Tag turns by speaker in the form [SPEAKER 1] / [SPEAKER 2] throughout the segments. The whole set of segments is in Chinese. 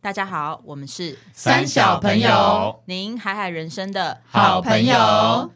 [SPEAKER 1] 大家好，我们是
[SPEAKER 2] 三小朋友
[SPEAKER 1] 您海海人生的
[SPEAKER 2] 好朋友。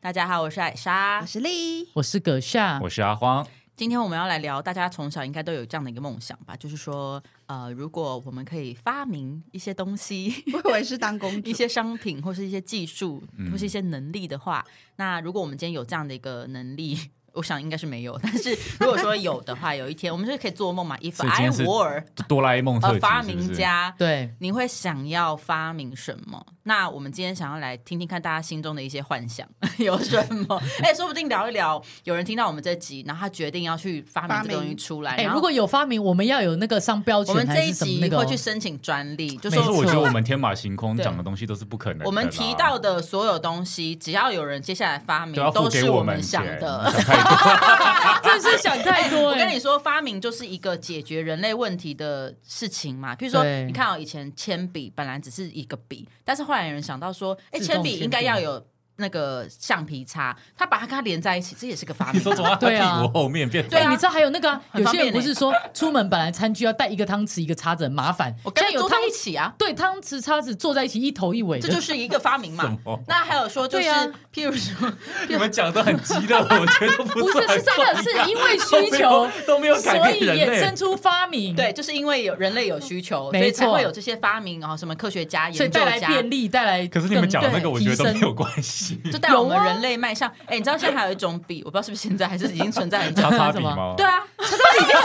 [SPEAKER 1] 大家好，我是艾莎
[SPEAKER 3] 我。是丽，
[SPEAKER 2] 我是葛夏，
[SPEAKER 4] 我是阿荒，
[SPEAKER 1] 今天我们要来聊，大家从小应该都有这样的一个梦想吧，就是说，呃，如果我们可以发明一些东西。
[SPEAKER 3] 我以为是当公主
[SPEAKER 1] 一些商品或是一些技术
[SPEAKER 4] 嗯
[SPEAKER 1] 或是一些能力的话，那如果我们今天有这样的一个能力， 我想应该是没有。但是如果说有的话，有一天我们就是可以做梦嘛，If
[SPEAKER 4] 所以今
[SPEAKER 1] I
[SPEAKER 4] 天是
[SPEAKER 1] were
[SPEAKER 4] 哆啦 A 梦特
[SPEAKER 1] 呃
[SPEAKER 4] 辑
[SPEAKER 1] 发
[SPEAKER 4] 是不是
[SPEAKER 1] 明家，
[SPEAKER 2] 对，
[SPEAKER 1] 你会想要发明什么？那我们今天想要来听听看大家心中的一些幻想 有什 么？哎、说不定聊一聊，有人听到我们这集，然后他决定要去发明
[SPEAKER 3] 发
[SPEAKER 1] 这
[SPEAKER 3] 明
[SPEAKER 1] 个东西出来。
[SPEAKER 2] 哎、
[SPEAKER 1] 然后
[SPEAKER 2] 如果有发明，我们要有那个商标
[SPEAKER 1] 我
[SPEAKER 2] 权
[SPEAKER 1] 们这
[SPEAKER 2] 还
[SPEAKER 1] 一
[SPEAKER 2] 是什么
[SPEAKER 1] 集
[SPEAKER 2] 那个哦、
[SPEAKER 1] 会去申请专利，就
[SPEAKER 4] 没
[SPEAKER 1] 说
[SPEAKER 4] 错，
[SPEAKER 2] 没
[SPEAKER 4] 我觉啊
[SPEAKER 2] 错
[SPEAKER 4] 得我们天马行空
[SPEAKER 2] 对
[SPEAKER 4] 讲的东西都是不可能的啦。
[SPEAKER 1] 我们提到的所有东西，只要有人接下来发明
[SPEAKER 4] 都要，啊付
[SPEAKER 1] 都
[SPEAKER 4] 给
[SPEAKER 1] 是我
[SPEAKER 4] 们
[SPEAKER 1] 们想
[SPEAKER 4] 钱
[SPEAKER 1] 的。
[SPEAKER 4] 想太多
[SPEAKER 2] 啊真是想太多、
[SPEAKER 1] 我
[SPEAKER 2] 哎
[SPEAKER 1] 跟你说，发明就是一个解决人类问题的事情嘛。譬如说，
[SPEAKER 2] 对
[SPEAKER 1] 你看哦，以前铅笔本来只是一个笔，但是后来有人想到说，哎，
[SPEAKER 2] 自动
[SPEAKER 1] 铅笔
[SPEAKER 2] 铅笔
[SPEAKER 1] 应该要有那个橡皮擦，他把它跟它连在一起，这也是个发
[SPEAKER 4] 你
[SPEAKER 1] 明。
[SPEAKER 4] 说从他屁
[SPEAKER 2] 对啊
[SPEAKER 4] 股后面变
[SPEAKER 1] 对
[SPEAKER 2] 哎、
[SPEAKER 1] 啊
[SPEAKER 2] 你知道还有那个啊、
[SPEAKER 1] 很
[SPEAKER 2] 有
[SPEAKER 1] 方
[SPEAKER 2] 些
[SPEAKER 1] 便欸
[SPEAKER 2] 人不是说出门本来餐具要带一个汤匙一个叉子很麻烦，
[SPEAKER 1] 我跟
[SPEAKER 2] 现在
[SPEAKER 1] 桌
[SPEAKER 2] 有
[SPEAKER 1] 在
[SPEAKER 2] 汤
[SPEAKER 1] 一起 啊，
[SPEAKER 2] 对汤匙叉子坐在一起一头一尾
[SPEAKER 1] 这
[SPEAKER 2] 的，
[SPEAKER 1] 就是一个发明
[SPEAKER 4] 什
[SPEAKER 1] 嘛。
[SPEAKER 4] 么？
[SPEAKER 1] 那还有说，就是
[SPEAKER 2] 对啊
[SPEAKER 1] 譬如说，
[SPEAKER 4] 你们讲的很急的，我觉得
[SPEAKER 2] 不是
[SPEAKER 4] 是很
[SPEAKER 2] 是真的是因为
[SPEAKER 4] 重要
[SPEAKER 2] 需求，
[SPEAKER 4] 都 没有都没有
[SPEAKER 2] 所
[SPEAKER 4] 改
[SPEAKER 2] 以
[SPEAKER 4] 变人
[SPEAKER 2] 衍生
[SPEAKER 4] 类。
[SPEAKER 2] 出发明，，
[SPEAKER 1] 对，就是因为有人类有需 求，所
[SPEAKER 2] 没
[SPEAKER 1] 以才
[SPEAKER 2] 错
[SPEAKER 1] 会有这些发明哦，什么科学家、
[SPEAKER 2] 所以
[SPEAKER 1] 研究
[SPEAKER 2] 带来
[SPEAKER 1] 家。
[SPEAKER 2] 便利，带来
[SPEAKER 4] 可是你们
[SPEAKER 2] 更
[SPEAKER 4] 讲的那个，我觉得都没
[SPEAKER 2] 提升
[SPEAKER 4] 有关 系。
[SPEAKER 1] 就带我们
[SPEAKER 2] 有啊。
[SPEAKER 1] 人类迈向，哎、你知道现在还有一种笔，我不知道是不是现在还是已经存在很久
[SPEAKER 4] 叉 叉笔吗？
[SPEAKER 1] 对，啊，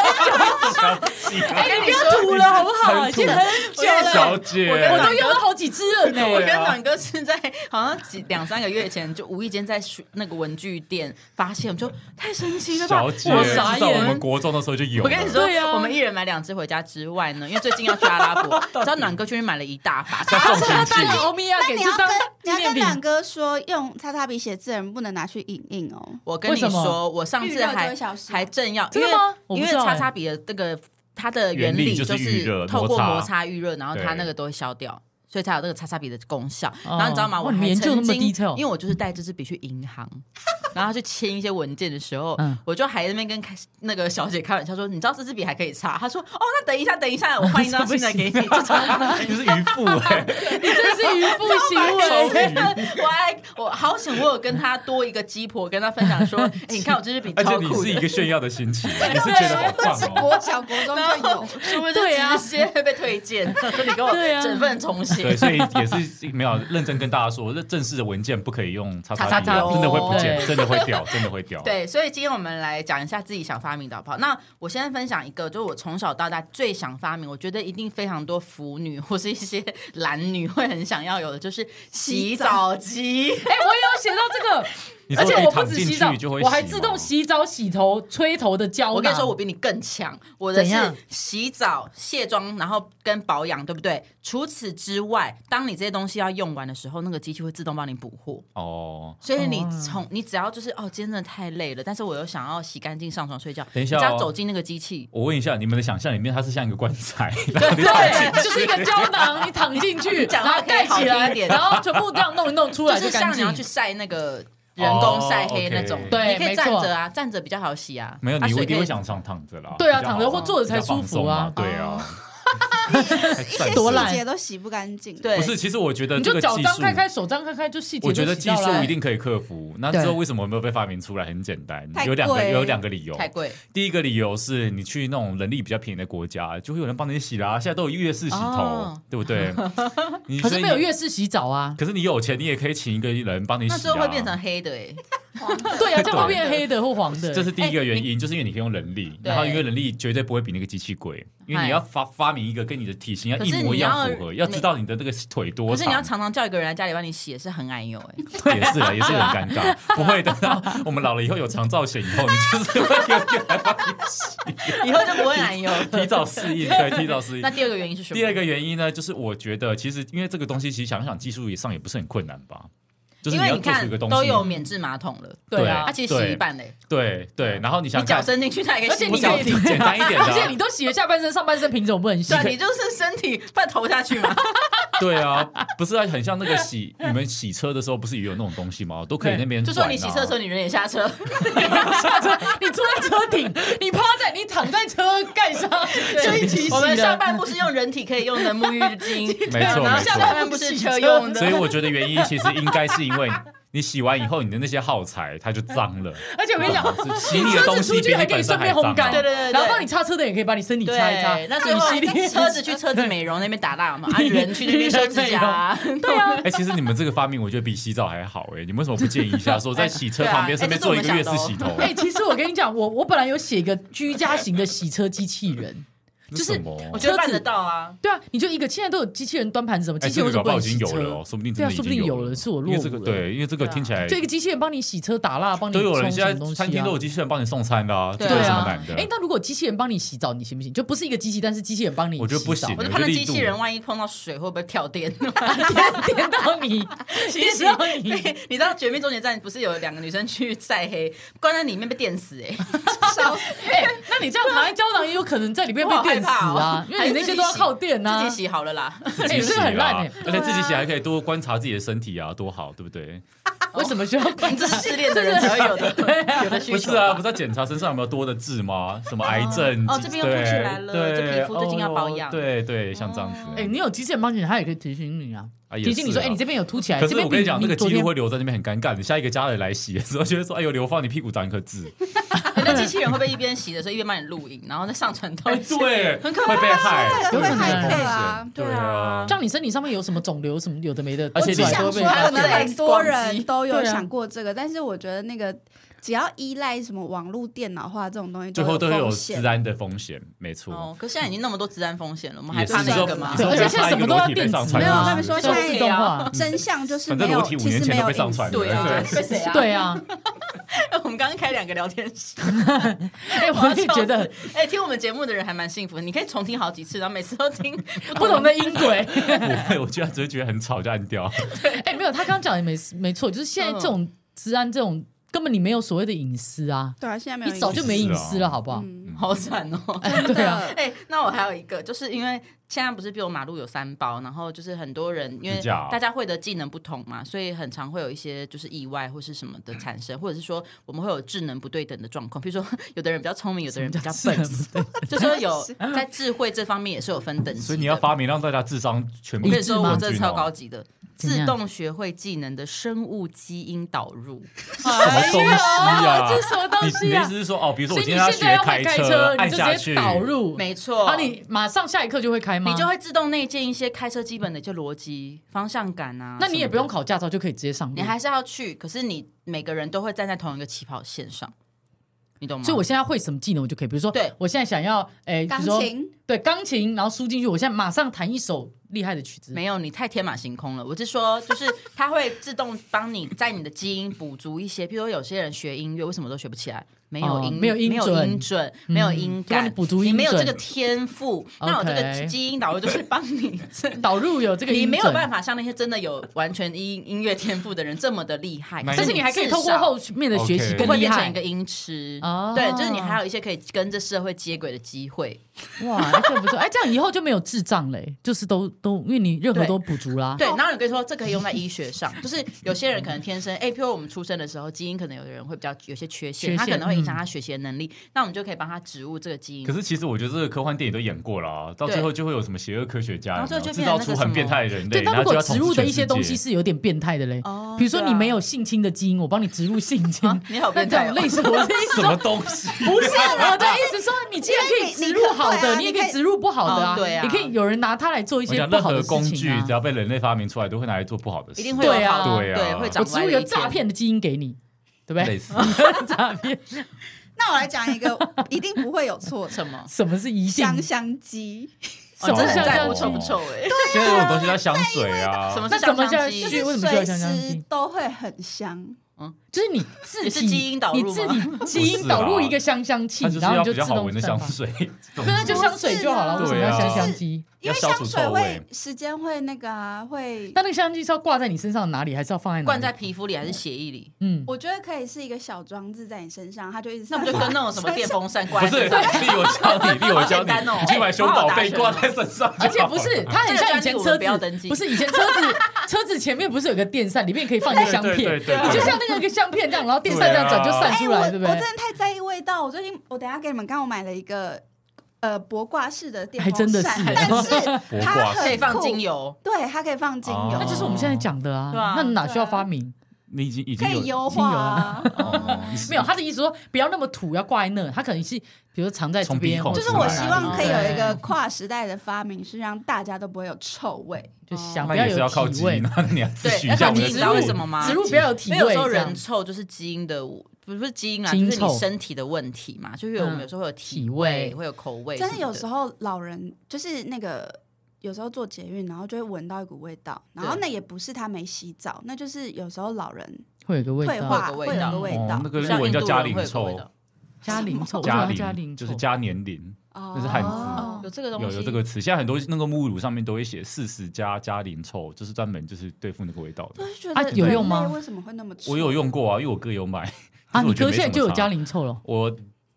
[SPEAKER 2] 哎、你不要
[SPEAKER 1] 说
[SPEAKER 2] 吐了好不好？
[SPEAKER 4] 很
[SPEAKER 2] 已
[SPEAKER 4] 土
[SPEAKER 2] 经很久
[SPEAKER 4] 谢
[SPEAKER 2] 了，
[SPEAKER 4] 小姐，
[SPEAKER 1] 哎我跟
[SPEAKER 2] 我
[SPEAKER 1] 你
[SPEAKER 2] 都用了好几支 了呢、
[SPEAKER 1] 我
[SPEAKER 4] 对
[SPEAKER 1] 跟
[SPEAKER 4] 啊
[SPEAKER 1] 暖哥是在好像几两三个月前就无意间在书那个文具店发现，我就太神奇了吧！
[SPEAKER 4] 小姐，
[SPEAKER 2] 我
[SPEAKER 4] 至
[SPEAKER 2] 傻
[SPEAKER 4] 少我们
[SPEAKER 2] 眼
[SPEAKER 4] 国中的时候就有
[SPEAKER 1] 我
[SPEAKER 4] 了。
[SPEAKER 1] 跟你说，
[SPEAKER 2] 对啊
[SPEAKER 1] 我们一人买两只回家之外呢，因为最近要去阿拉伯，你知道暖哥去买了一大把，
[SPEAKER 4] 要送亲戚
[SPEAKER 2] 带了欧米亚
[SPEAKER 3] 那
[SPEAKER 2] 给
[SPEAKER 3] 你
[SPEAKER 2] 就
[SPEAKER 3] 要
[SPEAKER 2] 当
[SPEAKER 3] 跟你
[SPEAKER 2] 纪
[SPEAKER 3] 要
[SPEAKER 2] 念
[SPEAKER 3] 跟
[SPEAKER 2] 品。
[SPEAKER 3] 两哥说，用擦擦笔写字的人不能拿去影印哦。
[SPEAKER 1] 我跟你
[SPEAKER 2] 为什么
[SPEAKER 1] 说，我上
[SPEAKER 3] 预
[SPEAKER 1] 次
[SPEAKER 3] 热就
[SPEAKER 1] 还
[SPEAKER 3] 会消失啊
[SPEAKER 1] 还正要，因
[SPEAKER 2] 真
[SPEAKER 1] 为
[SPEAKER 2] 的吗我
[SPEAKER 1] 因
[SPEAKER 2] 不
[SPEAKER 1] 为
[SPEAKER 2] 知道
[SPEAKER 1] 叉
[SPEAKER 2] 欸
[SPEAKER 1] 叉笔的那个它的原
[SPEAKER 4] 原
[SPEAKER 1] 理
[SPEAKER 4] 理就
[SPEAKER 1] 就是
[SPEAKER 4] 预热
[SPEAKER 1] 透过
[SPEAKER 4] 摩擦
[SPEAKER 1] 摩擦预热，然后它
[SPEAKER 4] 对
[SPEAKER 1] 那个都会消掉。所以才有那个叉叉笔的功效，
[SPEAKER 2] 哦
[SPEAKER 1] 然后你知道吗？
[SPEAKER 2] 哇
[SPEAKER 1] 我
[SPEAKER 2] 你
[SPEAKER 1] 还
[SPEAKER 2] 们研究
[SPEAKER 1] 曾
[SPEAKER 2] 那么
[SPEAKER 1] 经，
[SPEAKER 2] detail
[SPEAKER 1] 因为我就是带这支笔去银 行，然后去签一些文件的时候
[SPEAKER 2] 嗯，
[SPEAKER 1] 我就还在那边跟开那个小姐开玩笑说：“你知道这支笔还可以擦？”她说：“哦，那等一下，等一下，我换一张新的给你。” 就这样
[SPEAKER 4] 你是渔夫哎，
[SPEAKER 2] 你真是渔夫行
[SPEAKER 4] 超
[SPEAKER 2] 为，
[SPEAKER 4] 级
[SPEAKER 1] 我还我好想我有跟她多一个鸡婆，跟她分享 说：“哎，你看我这支笔
[SPEAKER 4] 而且
[SPEAKER 1] 超
[SPEAKER 4] 你
[SPEAKER 1] 酷
[SPEAKER 4] 是
[SPEAKER 1] 的啊
[SPEAKER 4] 一。”个炫耀的 心情，你是觉得好棒哦。
[SPEAKER 3] 国小国中就有，
[SPEAKER 1] 是不是就直接被推荐？说你给我
[SPEAKER 2] 对啊
[SPEAKER 1] 整份重
[SPEAKER 4] 对，
[SPEAKER 1] 写。
[SPEAKER 4] 所以也是没有认真跟大家说，这正式的文件不可以用叉
[SPEAKER 1] 叉
[SPEAKER 4] 叉
[SPEAKER 1] 叉
[SPEAKER 4] 叉
[SPEAKER 1] 哦，
[SPEAKER 4] 真的会不见，
[SPEAKER 2] 对
[SPEAKER 4] 真的会掉，真的会掉。，
[SPEAKER 1] 对，所以今天我们来讲一下自己想发明的好不好？那我先分享一个，就是我从小到大最想发明，我觉得一定非常多腐女或是一些 懒女会很想要有的，就是洗澡机。
[SPEAKER 2] 哎、我也有写到这个，
[SPEAKER 4] 你说
[SPEAKER 2] 而且
[SPEAKER 4] 一
[SPEAKER 2] 我不
[SPEAKER 4] 躺
[SPEAKER 2] 止
[SPEAKER 4] 进
[SPEAKER 2] 洗澡
[SPEAKER 4] 去就会，洗
[SPEAKER 2] 我
[SPEAKER 4] 吗
[SPEAKER 2] 还自动。洗澡、洗头、吹头的胶囊。
[SPEAKER 1] 我跟你说，我比你更强。我的
[SPEAKER 2] 怎
[SPEAKER 1] 是
[SPEAKER 2] 样
[SPEAKER 1] 洗澡、卸妆，然后跟保养，对不对？除此之外，当你这些东西要用完的时候，那个机器会自动帮你补货。
[SPEAKER 4] 哦，
[SPEAKER 1] 所以你
[SPEAKER 2] 哦
[SPEAKER 1] 从你只要就是哦，今天真的太累了，但是我又想要洗干净上床睡觉，
[SPEAKER 4] 等一下
[SPEAKER 1] 你只要
[SPEAKER 4] 哦
[SPEAKER 1] 走进那个机器，
[SPEAKER 4] 我问一下，你们的想象里面它是像一个棺材，
[SPEAKER 2] 对，哎就是一个胶 囊，你躺进去，
[SPEAKER 1] 讲
[SPEAKER 2] 然
[SPEAKER 1] 话
[SPEAKER 2] 后盖
[SPEAKER 1] 可
[SPEAKER 2] 起
[SPEAKER 1] 以好
[SPEAKER 2] 来
[SPEAKER 1] 听一，点
[SPEAKER 2] 然后全部这样弄一弄出
[SPEAKER 1] 就
[SPEAKER 2] 来
[SPEAKER 1] 是
[SPEAKER 2] 干
[SPEAKER 1] 像你
[SPEAKER 2] 净
[SPEAKER 1] 要。去晒那个人工晒黑那种
[SPEAKER 4] 哦哦，，OK
[SPEAKER 2] 对
[SPEAKER 1] 你可以
[SPEAKER 2] 没
[SPEAKER 1] 站
[SPEAKER 2] 错
[SPEAKER 1] 着啊，站着比较好洗啊。
[SPEAKER 4] 没有，
[SPEAKER 1] 啊
[SPEAKER 4] 你
[SPEAKER 1] 水
[SPEAKER 4] 一定
[SPEAKER 1] 可
[SPEAKER 4] 会
[SPEAKER 1] 以
[SPEAKER 4] 想躺躺着啦。
[SPEAKER 2] 对啊
[SPEAKER 4] 比较好
[SPEAKER 2] 躺着或坐着才舒服啊
[SPEAKER 4] 比较放松嘛对 啊，
[SPEAKER 3] 一些
[SPEAKER 2] 多
[SPEAKER 3] 细
[SPEAKER 2] 懒
[SPEAKER 3] 节都洗不干净。
[SPEAKER 1] 对
[SPEAKER 4] 不是，其实我觉得
[SPEAKER 2] 你
[SPEAKER 4] 这
[SPEAKER 2] 就
[SPEAKER 4] 个
[SPEAKER 2] 脚
[SPEAKER 4] 技
[SPEAKER 2] 张
[SPEAKER 4] 术，
[SPEAKER 2] 开开，手张开开，就细节
[SPEAKER 4] 我
[SPEAKER 2] 就
[SPEAKER 4] 觉得
[SPEAKER 2] 洗
[SPEAKER 4] 技
[SPEAKER 2] 到
[SPEAKER 4] 术
[SPEAKER 2] 了啊
[SPEAKER 4] 一定可以克服。那
[SPEAKER 2] 对
[SPEAKER 4] 之后为什么没有被发明出来？很简单
[SPEAKER 3] 太，
[SPEAKER 4] 有两个
[SPEAKER 3] 贵
[SPEAKER 4] 有两个理由。
[SPEAKER 1] 太贵，
[SPEAKER 4] 第一个理由是你去那种人力比较便宜的国家，就会有人帮你洗啦、现在都有浴室洗头，
[SPEAKER 1] 哦
[SPEAKER 4] 对 不对？你
[SPEAKER 2] 可
[SPEAKER 4] 所
[SPEAKER 2] 是
[SPEAKER 4] 以
[SPEAKER 2] 没有
[SPEAKER 4] 你
[SPEAKER 2] 月式洗澡 啊。
[SPEAKER 4] 可是你有钱，你也可以请一个人帮你洗、
[SPEAKER 1] 那
[SPEAKER 4] 啊，
[SPEAKER 1] 最后会变成黑的哎。
[SPEAKER 2] 对啊，这样会变黑的或黄的。
[SPEAKER 4] 这是第一个原因，就是因为你可以用人力，
[SPEAKER 1] 对
[SPEAKER 4] 然后因为人力绝对不会比那个机器贵，因为你要发发明一个跟你的体型要一模一样
[SPEAKER 1] 可是你要
[SPEAKER 4] 符合，要知道你的那个腿多
[SPEAKER 1] 可是你要
[SPEAKER 4] 长，
[SPEAKER 1] 常常叫一个人来家里帮你洗，也是很矮油哎。
[SPEAKER 4] 也是啊，也是很尴 尬。不会等到我们老了以后有肠造险以后，你就是会有一个人帮你洗，
[SPEAKER 1] 以后就不会矮 油。
[SPEAKER 4] 提早适应，对，提早适应
[SPEAKER 1] 那。第二个原因是什么？
[SPEAKER 4] 第二个原因呢，就是我觉得其实因为这个东西，其实想想技术上也不是很困难吧。就是
[SPEAKER 1] 因
[SPEAKER 4] 你
[SPEAKER 1] 为
[SPEAKER 4] 要
[SPEAKER 1] 你
[SPEAKER 4] 做出
[SPEAKER 1] 看
[SPEAKER 4] 一个东西，
[SPEAKER 1] 都有免治马桶了，
[SPEAKER 2] 对啊
[SPEAKER 1] 它，其实洗一半嘞，
[SPEAKER 4] 对对，然后你想
[SPEAKER 1] 嗯你脚
[SPEAKER 4] 想看，
[SPEAKER 1] 伸进去它也可以洗
[SPEAKER 2] 而且
[SPEAKER 1] 一
[SPEAKER 2] 你
[SPEAKER 4] 我
[SPEAKER 1] 半，
[SPEAKER 4] 想
[SPEAKER 2] 可以
[SPEAKER 4] 挺简单一 点的
[SPEAKER 2] 而且
[SPEAKER 4] 啊
[SPEAKER 2] 你，都洗了下半身，上半身凭什么不能洗
[SPEAKER 1] 对？啊，你就是身体 把它投下去 嘛，
[SPEAKER 4] 对啊，不是啊很像那个洗你们洗车的时候不是也有那种东西吗？都可以那边
[SPEAKER 1] 就说
[SPEAKER 4] 转
[SPEAKER 1] 你洗车的时
[SPEAKER 4] 啊
[SPEAKER 1] 候你人也下车，
[SPEAKER 2] 你坐在车顶，你趴在，你躺在车盖上，就一起洗
[SPEAKER 1] 我们
[SPEAKER 2] 了
[SPEAKER 1] 上半部是用人体可以用的沐浴 巾，
[SPEAKER 4] 没错
[SPEAKER 1] 然后
[SPEAKER 4] 没错
[SPEAKER 1] 下半部是车用
[SPEAKER 4] 所以
[SPEAKER 1] 的。
[SPEAKER 4] 我觉得原因其实应该是因为你洗完以后，你的那些耗材它就 脏了。
[SPEAKER 2] 而且我跟你讲，
[SPEAKER 4] 是洗你的东西比你本身还脏啊。
[SPEAKER 1] 对对对，
[SPEAKER 2] 然后帮你擦车的也可以把你身体
[SPEAKER 1] 对
[SPEAKER 2] 擦一擦，，
[SPEAKER 1] 那
[SPEAKER 2] 对啊
[SPEAKER 1] 最后
[SPEAKER 2] 你洗脸
[SPEAKER 1] 车子去车子美容那边打蜡嘛， 啊人去那边修指甲啊，
[SPEAKER 2] 对啊，
[SPEAKER 4] 哎、其实你们这个发明，我觉得比洗澡还好哎、你们为什么不建议一下，说 在
[SPEAKER 1] 啊
[SPEAKER 4] 洗车旁
[SPEAKER 1] 哎
[SPEAKER 4] 边顺便做一个月式
[SPEAKER 1] 哦
[SPEAKER 4] 洗头？啊
[SPEAKER 2] 哎、其实我跟你讲，我我本来有写一个居家型的洗车机器人，
[SPEAKER 4] 这什么
[SPEAKER 1] 我觉得办得到啊。
[SPEAKER 2] 对啊，你就一个现在都有机器人端盘子什么，
[SPEAKER 4] 哎、
[SPEAKER 2] 机器
[SPEAKER 4] 这
[SPEAKER 2] 人
[SPEAKER 4] 个
[SPEAKER 2] 为什
[SPEAKER 4] 搞不
[SPEAKER 2] 么不
[SPEAKER 4] 好
[SPEAKER 2] 能
[SPEAKER 4] 已
[SPEAKER 2] 洗
[SPEAKER 4] 经有了
[SPEAKER 2] 车
[SPEAKER 4] 哦，？说不定
[SPEAKER 2] 对
[SPEAKER 4] 真
[SPEAKER 2] 啊，
[SPEAKER 4] 的已
[SPEAKER 2] 说
[SPEAKER 4] 经
[SPEAKER 2] 不定
[SPEAKER 4] 有
[SPEAKER 2] 有了，是我
[SPEAKER 4] 因
[SPEAKER 2] 落
[SPEAKER 4] 为
[SPEAKER 2] 伍
[SPEAKER 4] 这个
[SPEAKER 2] 了。
[SPEAKER 4] 对，因为这个听起来
[SPEAKER 2] 就一个机器人帮你洗车打蜡，帮你
[SPEAKER 4] 都有人，
[SPEAKER 2] 冲
[SPEAKER 4] 现
[SPEAKER 2] 什么东
[SPEAKER 4] 在
[SPEAKER 2] 西啊
[SPEAKER 4] 餐厅都有机器人帮你送餐的啊，这
[SPEAKER 1] 对
[SPEAKER 4] 有
[SPEAKER 2] 对
[SPEAKER 4] 什么
[SPEAKER 2] 啊
[SPEAKER 4] 难的？
[SPEAKER 2] 哎、那如果机器人帮你洗澡，你行不行？就不是一个机器，但是机器人帮你洗澡，
[SPEAKER 4] 我觉得啊不行
[SPEAKER 1] 我就怕那机器人万一碰到水会不会跳电？
[SPEAKER 2] 点点到 你，
[SPEAKER 1] 其实
[SPEAKER 2] 点到你。
[SPEAKER 1] 你知道《绝命终结站》不是有两个女生去晒黑，关在里面被电死 哎、
[SPEAKER 3] 烧死
[SPEAKER 2] 哎、 那你这样躺在胶囊也有可能在里面
[SPEAKER 1] 我好
[SPEAKER 2] 被
[SPEAKER 1] 害
[SPEAKER 2] 电死
[SPEAKER 1] 怕哦
[SPEAKER 2] 啊，因为你那些都要靠电呐、啊。
[SPEAKER 1] 自己洗好了啦。
[SPEAKER 4] 自己
[SPEAKER 2] 哎这
[SPEAKER 4] 洗
[SPEAKER 2] 个很烂
[SPEAKER 4] 啊
[SPEAKER 2] 哎
[SPEAKER 4] 而且自己洗还可以多观察自己的身体啊，多好，对不对？
[SPEAKER 2] 为什么需要
[SPEAKER 1] 你这是失恋的人才会有的， 有的需求。
[SPEAKER 4] 不是啊，不是要检查身上有没有多的痣吗？什么癌症？
[SPEAKER 1] 哦这边又凸起来了
[SPEAKER 4] 对
[SPEAKER 1] 这皮肤最近要保养哦
[SPEAKER 4] 哦对对，像这样子。 欸
[SPEAKER 2] 哎、你有机器人帮你，他也可以提醒你啊，
[SPEAKER 4] 啊
[SPEAKER 2] 提醒你说，哎、
[SPEAKER 4] 也
[SPEAKER 2] 你。
[SPEAKER 4] 是啊
[SPEAKER 2] 这边有凸起来，
[SPEAKER 4] 可
[SPEAKER 2] 这
[SPEAKER 4] 是
[SPEAKER 2] 边
[SPEAKER 4] 我跟
[SPEAKER 2] 比
[SPEAKER 4] 你讲，那
[SPEAKER 2] 比
[SPEAKER 4] 个
[SPEAKER 2] 昨
[SPEAKER 4] 几率
[SPEAKER 2] 天
[SPEAKER 4] 会留在那边很尴尬。你下一个家人来洗的时候，就会说：“哎呦，刘芳，你屁股长一颗痣。
[SPEAKER 1] 那机器人会不会一边洗的时候一边帮你录影，然后再上传”到
[SPEAKER 4] 哎，？对，
[SPEAKER 1] 很可怕啊
[SPEAKER 4] 会被害，
[SPEAKER 3] 这个
[SPEAKER 2] 会
[SPEAKER 4] 有可能
[SPEAKER 2] 骇
[SPEAKER 3] 客啊
[SPEAKER 4] 对
[SPEAKER 1] 对啊
[SPEAKER 2] 像你身体上面有什么肿瘤什么有的没的，
[SPEAKER 4] 而且
[SPEAKER 2] 凸起来
[SPEAKER 4] 你
[SPEAKER 3] 想
[SPEAKER 2] 都会
[SPEAKER 3] 说，
[SPEAKER 2] 被发
[SPEAKER 3] 可能
[SPEAKER 2] 现。
[SPEAKER 3] 很多人都有
[SPEAKER 2] 对啊
[SPEAKER 3] 想过这个，但是我觉得那个只要依赖什么网络、电脑化这种东西，
[SPEAKER 4] 最后都会有嗯
[SPEAKER 3] 有
[SPEAKER 4] 治
[SPEAKER 3] 风险。
[SPEAKER 4] 安的风险，没错。
[SPEAKER 1] 哦，可是现在已经那么多治安风险了，我们还
[SPEAKER 4] 也是
[SPEAKER 1] 怕
[SPEAKER 4] 你
[SPEAKER 1] 那
[SPEAKER 4] 说，
[SPEAKER 1] 个
[SPEAKER 4] 你
[SPEAKER 1] 吗？
[SPEAKER 4] 说
[SPEAKER 2] 对而且
[SPEAKER 4] 不要
[SPEAKER 2] 现在
[SPEAKER 4] 插
[SPEAKER 2] 什
[SPEAKER 4] 一
[SPEAKER 2] 么
[SPEAKER 4] 个
[SPEAKER 2] 都
[SPEAKER 4] 裸
[SPEAKER 2] 要
[SPEAKER 4] 体被
[SPEAKER 2] 电
[SPEAKER 4] 上
[SPEAKER 2] 子
[SPEAKER 4] 传
[SPEAKER 3] 没有
[SPEAKER 4] 啊
[SPEAKER 3] 他们说
[SPEAKER 2] 都
[SPEAKER 3] 现在
[SPEAKER 2] 哎自动化，
[SPEAKER 3] 真相就是
[SPEAKER 4] 反
[SPEAKER 3] 没
[SPEAKER 4] 正
[SPEAKER 3] 有
[SPEAKER 4] 裸体，五
[SPEAKER 3] 其
[SPEAKER 4] 年
[SPEAKER 3] 实
[SPEAKER 4] 前
[SPEAKER 3] 没
[SPEAKER 4] 都
[SPEAKER 3] 有
[SPEAKER 4] 被上
[SPEAKER 3] 隐私
[SPEAKER 4] 传。
[SPEAKER 1] 对啊，
[SPEAKER 4] 对
[SPEAKER 1] 被谁啊？
[SPEAKER 2] 对啊，
[SPEAKER 1] 我们刚刚开两个聊天室，
[SPEAKER 2] 哎，我也觉得
[SPEAKER 1] 哎，听我们节目的人还蛮幸福，你可以重听好几次，然后每次都听
[SPEAKER 2] 不同的音轨。
[SPEAKER 4] 我啊会，我居然只会觉得很吵就按 掉。
[SPEAKER 2] 哎，没有，他刚刚讲的没没错，就是现在这种治安这种根本你没有所谓的隐私啊，
[SPEAKER 3] 对啊，现在没有
[SPEAKER 2] 你
[SPEAKER 3] 隐
[SPEAKER 2] 早就
[SPEAKER 3] 私
[SPEAKER 2] 没隐私
[SPEAKER 4] 是啊
[SPEAKER 2] 了，好不好？
[SPEAKER 3] 嗯
[SPEAKER 1] 好惨哦。
[SPEAKER 2] 哎，对啊，
[SPEAKER 1] 哎、那我还有一个，就是因为现在不是比如马路有三包，然后就是很多人因为
[SPEAKER 4] 比较啊
[SPEAKER 1] 大家会的技能不同嘛，所以很常会有一些就是意外或是什么的产生，或者是说我们会有智能不对等的状况，比如说 有的人比较聪明，有的人比 较笨，就说有在智慧这方面也是有分等级的。
[SPEAKER 4] 所以你要发明让大家智商全
[SPEAKER 1] 我
[SPEAKER 4] 部
[SPEAKER 2] 一
[SPEAKER 1] 跟你
[SPEAKER 2] 致
[SPEAKER 1] 说，
[SPEAKER 2] 吗
[SPEAKER 1] 我
[SPEAKER 4] 冠
[SPEAKER 1] 这
[SPEAKER 4] 军
[SPEAKER 1] 超
[SPEAKER 4] 哦
[SPEAKER 1] 高级的，
[SPEAKER 2] 怎样
[SPEAKER 1] 自动学会技能的生物基因导入。哎
[SPEAKER 4] 什么东西呀、
[SPEAKER 2] 这是什么东
[SPEAKER 4] 你
[SPEAKER 2] 西
[SPEAKER 4] 你的意
[SPEAKER 2] 啊
[SPEAKER 4] 思？是说，哦，比如说
[SPEAKER 2] 所
[SPEAKER 4] 我
[SPEAKER 2] 以
[SPEAKER 4] 今
[SPEAKER 2] 你
[SPEAKER 4] 天要
[SPEAKER 2] 现在
[SPEAKER 4] 学
[SPEAKER 2] 要会
[SPEAKER 4] 开
[SPEAKER 2] 开车，
[SPEAKER 4] 按
[SPEAKER 2] 你就
[SPEAKER 4] 下
[SPEAKER 2] 直
[SPEAKER 4] 去
[SPEAKER 2] 接导入，
[SPEAKER 1] 没错，
[SPEAKER 2] 好，你马上下一刻就会
[SPEAKER 1] 啊
[SPEAKER 2] 开吗？
[SPEAKER 1] 你就会自动内建一些开车基本的一些逻辑、方向感啊。
[SPEAKER 2] 那你也不
[SPEAKER 1] 用。
[SPEAKER 2] 用考驾照就可以直接上路
[SPEAKER 1] 你。还是要去，可是你每个人都会站在同一个起跑线上，你懂吗？
[SPEAKER 2] 所以我现在会什么技能，我就可以，比如说，
[SPEAKER 1] 对
[SPEAKER 2] 我现在想要，哎，比
[SPEAKER 3] 钢
[SPEAKER 2] 如说，
[SPEAKER 3] 琴
[SPEAKER 2] 对钢琴，然后输进去，我现在马上弹一首厉害的曲子。
[SPEAKER 1] 没有你太天马行空了。我是说，就是它会自动帮你在你的基因补足一些，譬如有些人学音乐为什么都学不起来，没有
[SPEAKER 2] 哦
[SPEAKER 1] 音、
[SPEAKER 2] 没有音
[SPEAKER 1] 没有
[SPEAKER 2] 准嗯
[SPEAKER 1] 音准，没有音
[SPEAKER 2] 就帮你
[SPEAKER 1] 感，
[SPEAKER 2] 补足音
[SPEAKER 1] 你没有这
[SPEAKER 2] 准
[SPEAKER 1] 个天赋。那我这个
[SPEAKER 2] OK
[SPEAKER 1] 基因导入就是帮 你这。
[SPEAKER 2] 导入有这个，
[SPEAKER 1] 你没有办
[SPEAKER 2] 法，
[SPEAKER 1] 法像那些真的有完全音音乐天赋的人这么的厉害，
[SPEAKER 4] 那
[SPEAKER 2] 但是你还可以
[SPEAKER 1] 至
[SPEAKER 2] 透过
[SPEAKER 1] 少
[SPEAKER 2] 后面的学习
[SPEAKER 4] OK
[SPEAKER 1] 不
[SPEAKER 2] 更
[SPEAKER 1] 会
[SPEAKER 2] 厉
[SPEAKER 1] 变成
[SPEAKER 2] 害
[SPEAKER 1] 一。个音痴。
[SPEAKER 2] 哦
[SPEAKER 1] 对，就是你还有一些可以跟这社会接轨的机会。
[SPEAKER 2] 哇，那这不错，哎，这样以后就没有智障嘞，就是都都，因为你任何
[SPEAKER 1] 对
[SPEAKER 2] 都补足啦。
[SPEAKER 1] 对，然后你可以说这可以用在医学上，就是有些人可能天生，哎，譬如我们出生的时候，基因可能有的人会比较有些缺陷，
[SPEAKER 2] 缺陷嗯
[SPEAKER 1] 他可能会影响他学习的能力，那我们就可以帮他植入这个基因
[SPEAKER 4] 可。是其实我觉得这个科幻电影都演过了、啊，到
[SPEAKER 1] 对
[SPEAKER 4] 最后就会有什么邪恶科学家，
[SPEAKER 1] 然后最后
[SPEAKER 4] 有
[SPEAKER 1] 就
[SPEAKER 4] 没
[SPEAKER 1] 变
[SPEAKER 4] 有
[SPEAKER 1] 成
[SPEAKER 4] 制
[SPEAKER 1] 那
[SPEAKER 4] 造
[SPEAKER 1] 个
[SPEAKER 4] 出很变态的人类，然
[SPEAKER 2] 但如
[SPEAKER 4] 后就
[SPEAKER 2] 果
[SPEAKER 4] 要
[SPEAKER 2] 植
[SPEAKER 4] 统
[SPEAKER 2] 入
[SPEAKER 4] 治
[SPEAKER 2] 的
[SPEAKER 4] 全
[SPEAKER 2] 一
[SPEAKER 4] 世
[SPEAKER 2] 些
[SPEAKER 4] 界。
[SPEAKER 2] 东西是有点变态的嘞，
[SPEAKER 1] 哦
[SPEAKER 2] 比如说
[SPEAKER 1] 对啊
[SPEAKER 2] 你没有性侵的基因，我帮你植入性侵，
[SPEAKER 1] 啊，你好
[SPEAKER 2] 那
[SPEAKER 1] 变
[SPEAKER 2] 这
[SPEAKER 1] 态
[SPEAKER 2] 种
[SPEAKER 1] 哦！
[SPEAKER 2] 类似，我是一
[SPEAKER 4] 什么东西？
[SPEAKER 2] 不是我的意思说，你既然可以植入好
[SPEAKER 3] 因为
[SPEAKER 2] 的，
[SPEAKER 3] 你
[SPEAKER 2] 你
[SPEAKER 3] 你
[SPEAKER 2] 也
[SPEAKER 3] 可
[SPEAKER 2] 可
[SPEAKER 3] 以
[SPEAKER 2] 以植入不好的啊，
[SPEAKER 1] 哦对啊
[SPEAKER 2] 也可以有人拿它来做一
[SPEAKER 4] 我
[SPEAKER 2] 些
[SPEAKER 4] 想
[SPEAKER 2] 不
[SPEAKER 4] 任
[SPEAKER 2] 好
[SPEAKER 4] 何
[SPEAKER 2] 的
[SPEAKER 4] 工
[SPEAKER 2] 事
[SPEAKER 4] 具
[SPEAKER 2] 情啊
[SPEAKER 4] 只。要被人类发明出来，都会拿来做不好的 事，
[SPEAKER 1] 一定会有
[SPEAKER 2] 对啊
[SPEAKER 1] 好的
[SPEAKER 4] 对啊
[SPEAKER 1] 对，会
[SPEAKER 2] 我
[SPEAKER 1] 长
[SPEAKER 2] 植
[SPEAKER 1] 歪
[SPEAKER 2] 入
[SPEAKER 1] 的
[SPEAKER 2] 一
[SPEAKER 1] 一
[SPEAKER 2] 个
[SPEAKER 1] 天
[SPEAKER 2] 诈骗的基因给你，对不
[SPEAKER 4] 类
[SPEAKER 2] 对？
[SPEAKER 4] 似。
[SPEAKER 2] 诈骗
[SPEAKER 3] 那我来讲一个，一定不会有错 的，
[SPEAKER 1] 什么？
[SPEAKER 2] 什么是疑性？
[SPEAKER 3] 香香鸡，
[SPEAKER 1] 哦，真的很
[SPEAKER 2] 香
[SPEAKER 1] 在
[SPEAKER 2] 香
[SPEAKER 1] 乎
[SPEAKER 2] 鸡
[SPEAKER 1] 臭不臭哎。
[SPEAKER 4] 现在这种东西叫香水啊，
[SPEAKER 1] 什么
[SPEAKER 2] 那
[SPEAKER 1] 是
[SPEAKER 2] 怎
[SPEAKER 1] 香
[SPEAKER 2] 么
[SPEAKER 1] 香
[SPEAKER 2] 叫
[SPEAKER 1] 鸡？
[SPEAKER 3] 就
[SPEAKER 2] 就
[SPEAKER 3] 是是
[SPEAKER 2] 为什么需
[SPEAKER 3] 随
[SPEAKER 2] 要香香鸡
[SPEAKER 3] 时都会很香。
[SPEAKER 2] 就是你自
[SPEAKER 1] 也
[SPEAKER 2] 己
[SPEAKER 1] 是基因导入
[SPEAKER 2] 你自己基
[SPEAKER 4] 不
[SPEAKER 2] 因
[SPEAKER 4] 是
[SPEAKER 2] 导入
[SPEAKER 4] 啦
[SPEAKER 2] 一个香香气
[SPEAKER 4] 它，就是
[SPEAKER 2] 然后
[SPEAKER 4] 要
[SPEAKER 2] 你就
[SPEAKER 4] 比较
[SPEAKER 2] 自
[SPEAKER 4] 好
[SPEAKER 2] 动
[SPEAKER 4] 闻的
[SPEAKER 2] 散
[SPEAKER 4] 香
[SPEAKER 2] 发。
[SPEAKER 4] 水，对
[SPEAKER 2] 对啊，就香水就好了，为什么要
[SPEAKER 4] 对啊
[SPEAKER 2] 香香机？
[SPEAKER 3] 因
[SPEAKER 4] 要
[SPEAKER 3] 为
[SPEAKER 4] 消
[SPEAKER 3] 香
[SPEAKER 4] 除
[SPEAKER 3] 水
[SPEAKER 4] 臭味
[SPEAKER 3] 会。时间会那个啊，会
[SPEAKER 2] 那那个香香机是要挂在你身上的哪里，还是要放在哪里
[SPEAKER 1] 灌在？皮肤里还是血液里？
[SPEAKER 2] 嗯，
[SPEAKER 3] 我觉得可以是一个小装置在你身上，它就一直
[SPEAKER 1] 那不就
[SPEAKER 3] 散
[SPEAKER 1] 跟那种什么电风扇
[SPEAKER 4] 不
[SPEAKER 1] 灌在
[SPEAKER 4] 是，
[SPEAKER 1] 身上？
[SPEAKER 4] 丽我教你，丽我教你
[SPEAKER 1] 好简单哦，
[SPEAKER 4] 你去买熊宝贝
[SPEAKER 1] 哎
[SPEAKER 4] 挂在身上就好
[SPEAKER 2] 而
[SPEAKER 4] 了，
[SPEAKER 2] 且不 是，它很像以前
[SPEAKER 1] 这个专利我
[SPEAKER 2] 车
[SPEAKER 1] 们不要登
[SPEAKER 2] 子，
[SPEAKER 1] 记
[SPEAKER 2] 不是以前车子车子前面不是有个电扇，里面可以放一个
[SPEAKER 4] 对
[SPEAKER 2] 香
[SPEAKER 4] 对
[SPEAKER 2] 片
[SPEAKER 4] 对，对
[SPEAKER 2] 你
[SPEAKER 4] 对
[SPEAKER 2] 就像那个一个香片这样，然后电扇这样转就
[SPEAKER 4] 对啊
[SPEAKER 2] 散出来，
[SPEAKER 3] 哎我
[SPEAKER 2] 对不
[SPEAKER 3] 我
[SPEAKER 2] 对
[SPEAKER 3] 真？的太在意味道。我最近我等一下给你们看，我买了一个呃博挂式的电
[SPEAKER 2] 还真的
[SPEAKER 3] 风扇，
[SPEAKER 2] 是哦
[SPEAKER 3] 但是
[SPEAKER 4] 博
[SPEAKER 3] 它
[SPEAKER 4] 挂
[SPEAKER 3] 很
[SPEAKER 1] 可以放
[SPEAKER 3] 酷
[SPEAKER 1] 精，油，
[SPEAKER 3] 对，它可以放精油，
[SPEAKER 4] 哦
[SPEAKER 2] 那就是我们现在讲的啊
[SPEAKER 1] 对啊，
[SPEAKER 2] 那哪需要发明？
[SPEAKER 4] 你已经已
[SPEAKER 3] 可
[SPEAKER 4] 经
[SPEAKER 3] 以
[SPEAKER 4] 有
[SPEAKER 3] 优化啊。
[SPEAKER 4] 哦你是
[SPEAKER 2] 没有，他的意思说不要那么土，要挂在那，他可能是比如说藏在这
[SPEAKER 4] 从鼻
[SPEAKER 2] 边，
[SPEAKER 4] 孔
[SPEAKER 2] 或
[SPEAKER 3] 就
[SPEAKER 2] 者
[SPEAKER 3] 是
[SPEAKER 4] 出来
[SPEAKER 3] 我
[SPEAKER 4] 啊
[SPEAKER 3] 希望可以有一个
[SPEAKER 2] 对
[SPEAKER 3] 跨时代的发明，是让大家都不会有臭味。
[SPEAKER 2] 就想不
[SPEAKER 4] 那
[SPEAKER 2] 要
[SPEAKER 4] 也是
[SPEAKER 2] 有
[SPEAKER 4] 要靠
[SPEAKER 2] 体
[SPEAKER 4] 基
[SPEAKER 2] 味
[SPEAKER 4] 因，，那你要咨
[SPEAKER 1] 对，
[SPEAKER 4] 询一
[SPEAKER 1] 而
[SPEAKER 4] 下
[SPEAKER 1] 且
[SPEAKER 4] 我们
[SPEAKER 1] 你
[SPEAKER 4] 的
[SPEAKER 1] 知
[SPEAKER 4] 植
[SPEAKER 1] 道为
[SPEAKER 4] 物
[SPEAKER 1] 什么吗？
[SPEAKER 2] 植物不要有体
[SPEAKER 1] 因
[SPEAKER 2] 味，
[SPEAKER 1] 为有时候
[SPEAKER 2] 这样
[SPEAKER 1] 人臭就是基因的，不是基因啦，
[SPEAKER 2] 基因
[SPEAKER 1] 就是你
[SPEAKER 2] 臭
[SPEAKER 1] 身体的问题嘛。就是我
[SPEAKER 2] 嗯
[SPEAKER 1] 们有时候会有体
[SPEAKER 2] 体
[SPEAKER 1] 味，
[SPEAKER 2] 味
[SPEAKER 1] 会有口味什
[SPEAKER 3] 真
[SPEAKER 1] 么的，
[SPEAKER 3] 的有时候老人就是那个。有时候坐捷运，然后就会闻到一股味道，然后那也不是他没洗澡，那就是有时候老人
[SPEAKER 2] 会有一个味
[SPEAKER 3] 退
[SPEAKER 2] 道，
[SPEAKER 3] 化
[SPEAKER 1] 会
[SPEAKER 3] 会
[SPEAKER 1] 有
[SPEAKER 3] 有
[SPEAKER 1] 个
[SPEAKER 3] 个味
[SPEAKER 4] 哦
[SPEAKER 3] 道
[SPEAKER 4] 那。个日
[SPEAKER 1] 像
[SPEAKER 4] 文
[SPEAKER 1] 印
[SPEAKER 4] 叫
[SPEAKER 1] 度
[SPEAKER 4] 加
[SPEAKER 1] 人
[SPEAKER 4] 龄
[SPEAKER 1] 会有口味
[SPEAKER 4] 臭，哦
[SPEAKER 1] 的，
[SPEAKER 2] 加龄臭，
[SPEAKER 4] 加
[SPEAKER 2] 我知道加龄
[SPEAKER 4] 龄
[SPEAKER 2] 臭
[SPEAKER 4] 就是加年龄，
[SPEAKER 3] 哦
[SPEAKER 4] 那是汉字
[SPEAKER 3] 哦
[SPEAKER 1] 有这个东西，
[SPEAKER 4] 有有这个词。现在很多那个沐浴乳上面都会写四十加加龄臭，就是专门就是对付那个味道的
[SPEAKER 3] 我。就觉
[SPEAKER 2] 啊
[SPEAKER 3] 得
[SPEAKER 2] 有用
[SPEAKER 3] 人
[SPEAKER 2] 吗
[SPEAKER 3] 类为什么会那么臭？
[SPEAKER 4] 我有用过啊，因为我哥有买
[SPEAKER 2] 啊！
[SPEAKER 4] 但是
[SPEAKER 2] 你
[SPEAKER 4] 我觉得
[SPEAKER 2] 哥
[SPEAKER 4] 没
[SPEAKER 2] 现在
[SPEAKER 4] 什么
[SPEAKER 2] 就有
[SPEAKER 4] 差
[SPEAKER 2] 加龄臭了，
[SPEAKER 4] 我。